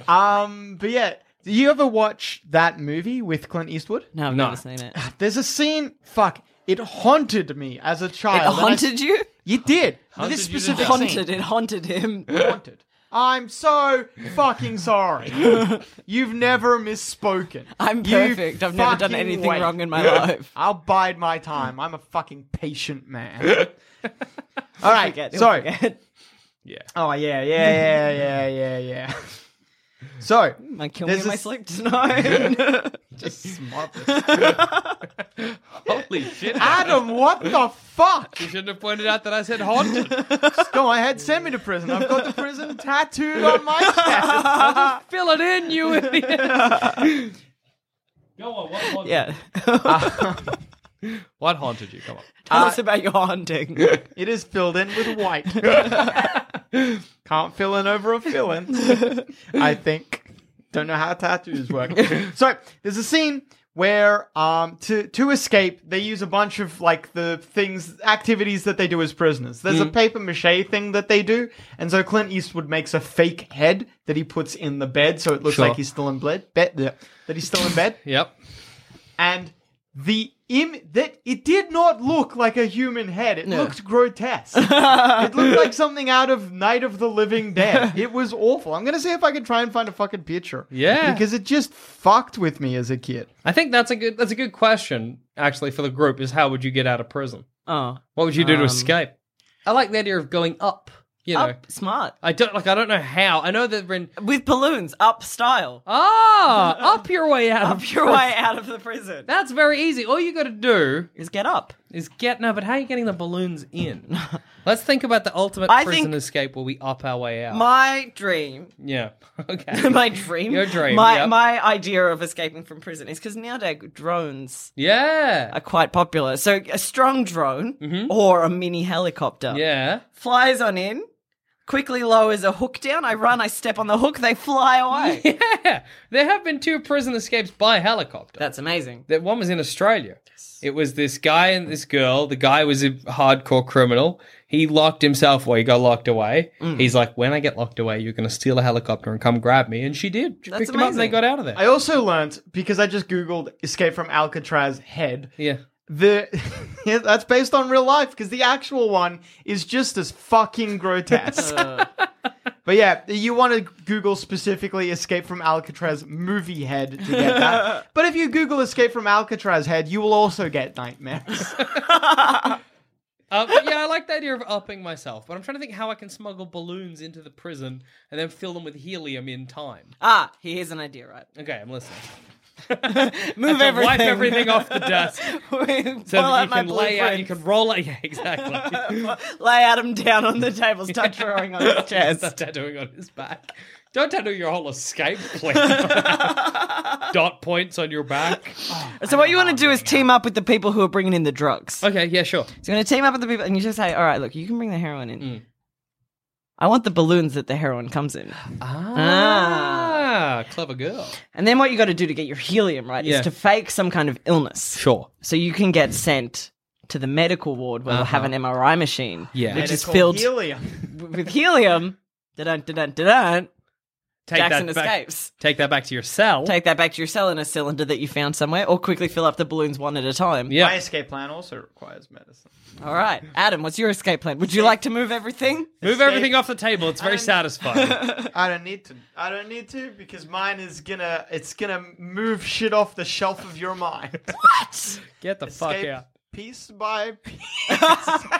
Um, but yeah, do you ever watch that movie with Clint Eastwood?
No, I've
No.
never seen it. It
There's a scene. Fuck. It haunted me as a child. and I-
haunted you?
You did.
Haunted
this
you to
specific
death.
scene.
Haunted. It haunted him.
haunted. I'm so fucking sorry. You've never misspoken.
I'm
You
perfect. I've never done
fucking
anything
wait.
wrong in my life.
I'll bide my time. I'm a fucking patient man. All right,
Forget, he'll
so
forget.
oh yeah, yeah, yeah, yeah, yeah, yeah. So
Might kill me
There's
in my
this-
sleep tonight.
just
Holy shit!
Adam, what the fuck?
You shouldn't have pointed out that I said haunted.
Go ahead, send me to prison. I've got the prison tattooed on my chest.
Fill it in, you idiot. Go on. What haunted?
yeah.
Ah, What haunted you? Come on.
Tell us about your haunting.
It is filled in with white. Can't fill in over a fill in. I think. Don't know how tattoos work. so there's a scene where um to to escape they use a bunch of like the things activities that they do as prisoners. There's a paper mache thing that they do, and so Clint Eastwood makes a fake head that he puts in the bed so it looks
Sure.
like he's still in bed. bed yeah, that he's still in bed
Yep.
and the im that it did not look like a human head. It looked grotesque. it looked like something out of Night of the Living Dead. It was awful. I'm gonna see if I can try and find a fucking picture.
Yeah.
because it just fucked with me as a kid.
I think that's a good. That's a good question actually for the group. Is how would you get out of prison?
oh.
What would you do to
Um,
escape? I like the idea of going up. You know,
Up smart.
I don't like. I don't know how. I know that when
With balloons, up style.
ah up your way out.
Up
of
your
prison.
way out of the prison.
That's very easy. All you got to do
Is get up.
is get no. But how are you getting the balloons in? Let's think about the ultimate
I
prison
think-
escape where we up our way out.
My dream
yeah. Okay.
my dream.
Your dream,
My
yep.
my idea of escaping from prison is because nowadays drones
yeah.
are quite popular. So a strong drone or a mini helicopter
Mm-hmm. Yeah.
flies on in, quickly lowers a hook down. I run, I step on the hook, they fly away.
Yeah. There have been two prison escapes by helicopter.
That's amazing.
That one was in Australia. It was this guy and this girl. The guy was a hardcore criminal. He locked himself away. He got locked away.
Mm.
He's like, when I get locked away, you're going to steal a helicopter and come grab me. And she did. She
That's
picked him up and they
amazing.
got out of there.
I also learnt because I just googled "escape from Alcatraz head."
yeah.
The yeah, that's based on real life because the actual one is just as fucking grotesque. but yeah, you want to Google specifically "Escape from Alcatraz movie head" to get that. but if you Google "Escape from Alcatraz head," you will also get nightmares.
Uh, but yeah, I like the idea of upping myself, but I'm trying to think how I can smuggle balloons into the prison and then fill them with helium in time.
Ah, here's an idea, right?
Okay, I'm listening.
Move
To
everything.
Wipe everything off the desk so
so
that you can lay out, you can roll out. Yeah, exactly.
lay Adam down on the table, start drawing on his
Stop
chest.
tattooing on his back. Don't tattoo your whole escape, please. Dot points on your back.
So what you
Oh,
want to do is team up with the people who are bringing in the drugs.
Okay, yeah, sure.
So you're going to team up with the people and you just say, all right, look, you can bring the heroin in.
Mm.
I want the balloons that the heroin comes in.
Ah, clever girl.
And then what you got to do to get your helium, right,
Yeah.
is to fake some kind of illness.
Sure.
So you can get sent to the medical ward where they'll have an MRI machine.
Uh-huh. Yeah.
Which is
Medical
filled
helium.
with helium. Da-dun, da-dun, da-dun.
Take
Jackson
that back,
escapes.
Take that back to your cell.
Take that back to your cell in a cylinder that you found somewhere, or quickly fill up the balloons one at a time.
Yeah.
My escape plan also requires medicine.
All right, Adam, what's your escape plan? Would you like to move everything?
Move
Escape.
everything off the table. It's very
I'm-
satisfying.
I don't need to. I don't need to because mine is gonna. It's gonna move shit off the shelf of your mind.
Get the fuck
Escape
out.
Piece by piece.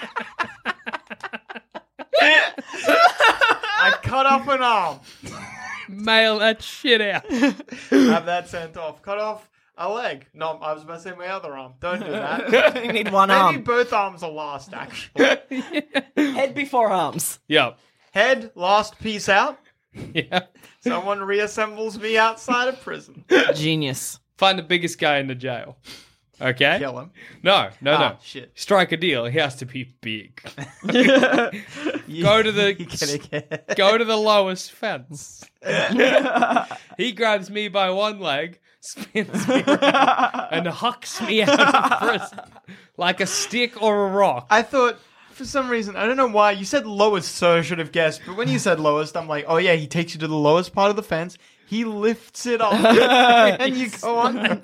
I cut off an arm.
Mail that shit out.
Have that sent off. Cut off a leg. No, I was about to say my other arm. Don't do that.
You need one
Maybe
arm.
both arms are lost. Actually,
Head before arms.
yep.
head last piece out.
Yeah.
Someone reassembles me outside of prison.
Genius.
Find the biggest guy in the jail. Okay.
Kill him.
No, no,
Ah,
no.
shit.
Strike a deal. He has to be big. Go to the go to the lowest fence. he grabs me by one leg, spins me around, and hucks me out of prison like a stick or a rock.
I thought for some reason I don't know why you said lowest, so I should have guessed. But when you said lowest, I'm like, oh yeah, he takes you to the lowest part of the fence. He lifts it up, and you go on.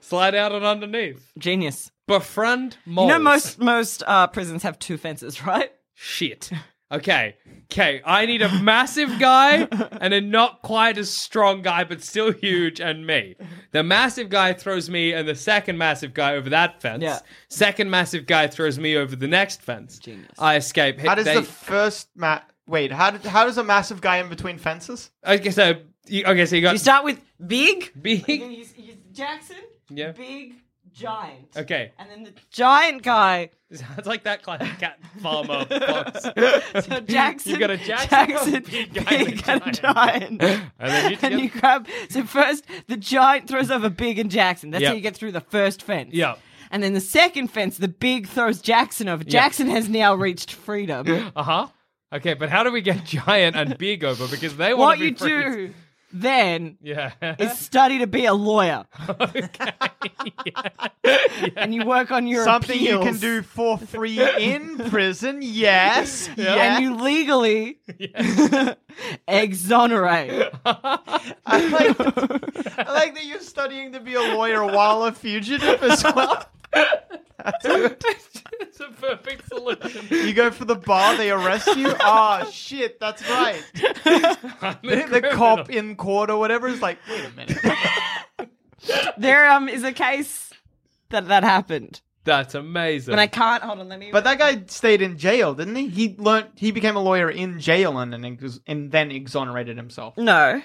Slide out and underneath.
Genius.
Befriend
You
moles.
know, most most uh, prisons have two fences, right?
Uh, shit. Okay, okay. I need a massive guy and a not quite as strong guy, but still huge, and me. The massive guy throws me, and the second massive guy over that fence.
Yeah.
Second massive guy throws me over the next fence.
Genius.
I escape.
How does
They-
the first ma- wait? How did, how does a massive guy in between fences?
okay, so uh, you, okay, so you got
You start with big.
big.
He's, he's Jackson.
Yeah.
Big giant.
Okay,
And then the giant guy.
it's like that kind of cat farmer box.
So Jackson.
you got a Jackson,
Jackson,
big guy, and a
big and a
giant.
giant. and
And then you together-
you grab. So first, the giant throws over Big and Jackson. That's
Yep.
how you get through the first fence.
Yep.
And then the second fence, the big throws Jackson over. Jackson has now reached freedom.
Uh huh. Okay, but how do we get giant and big over? Because they want
what
to be
you
friends.
do then
Yeah.
is study to be a lawyer,
okay.
and you work on your
Something you can
appeals.
do for free in prison. Yes. Yeah.
and you legally exonerate.
I like, I like that you're studying to be a lawyer while a fugitive as well.
It's a perfect solution.
You go for the bar, they arrest you. Ah, shit, that's right. the cop in court or whatever is like, wait a minute.
There um is a case that that happened,
That's amazing.
but I can't. Hold on, let me.
But that guy stayed in jail, didn't he? He learnt he became a lawyer in jail and then ex- and then exonerated himself.
no.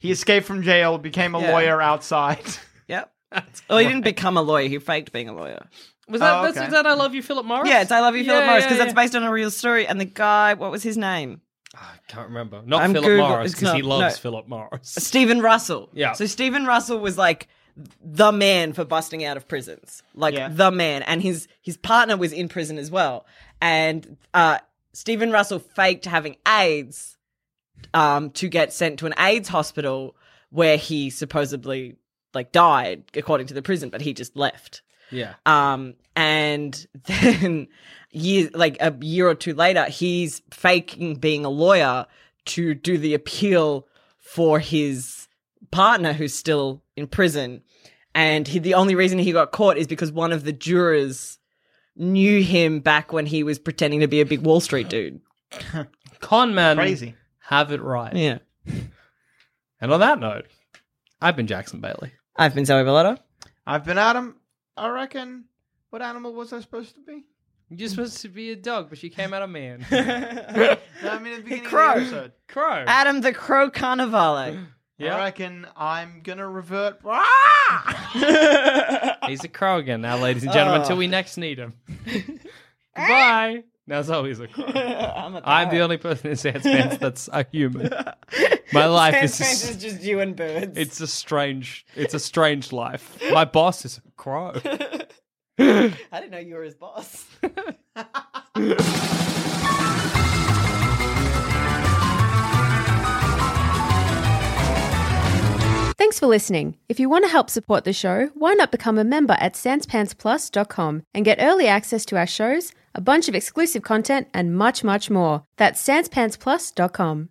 He escaped from jail, became a
Yeah.
lawyer outside.
Yep. Well, he didn't become a lawyer. He faked being a lawyer.
was that,
Oh,
that's,
okay.
is that I Love You, Philip Morris?
Yeah, it's I Love You, Philip
Yeah,
Morris,
yeah,
because
yeah.
that's based on a real story. And the guy, what was his name?
I can't remember. Not
I'm
Philip
Google-
Morris,
it's
because he
not-
loves
no.
Philip Morris.
Stephen Russell.
Yeah.
So Stephen Russell was like the man for busting out of prisons, like
Yeah.
the man, and his his partner was in prison as well. And uh, Stephen Russell faked having AIDS um, to get sent to an AIDS hospital where he supposedly like died, according to the prison, but he just left.
Yeah.
Um, and then years, like a year or two later, he's faking being a lawyer to do the appeal for his partner who's still in prison. And he, the only reason he got caught is because one of the jurors knew him back when he was pretending to be a big Wall Street dude.
Con man.
Crazy.
Have it right.
Yeah.
And on that note, I've been Jackson Bailey.
I've been Zoe Belotto.
I've been Adam. I reckon. What animal was I supposed to be?
You're supposed to be a dog, but you came out a man.
No, I mean at the beginning
crow.
of the episode.
Crow.
Adam the Crow Carnivale.
I reckon I'm gonna revert.
He's a crow again now, ladies and gentlemen, until we next need him. Goodbye. Now Zoe's a crow.
I'm, a
I'm the only person in Sandspans that's a human. My life is
This is just you and birds.
It's a strange. It's a strange life. My boss is a crow.
I didn't know you were his boss.
Thanks for listening. If you want to help support the show, why not become a member at sanspantsplus.com and get early access to our shows, a bunch of exclusive content, and much, much more. That's sanspantsplus.com.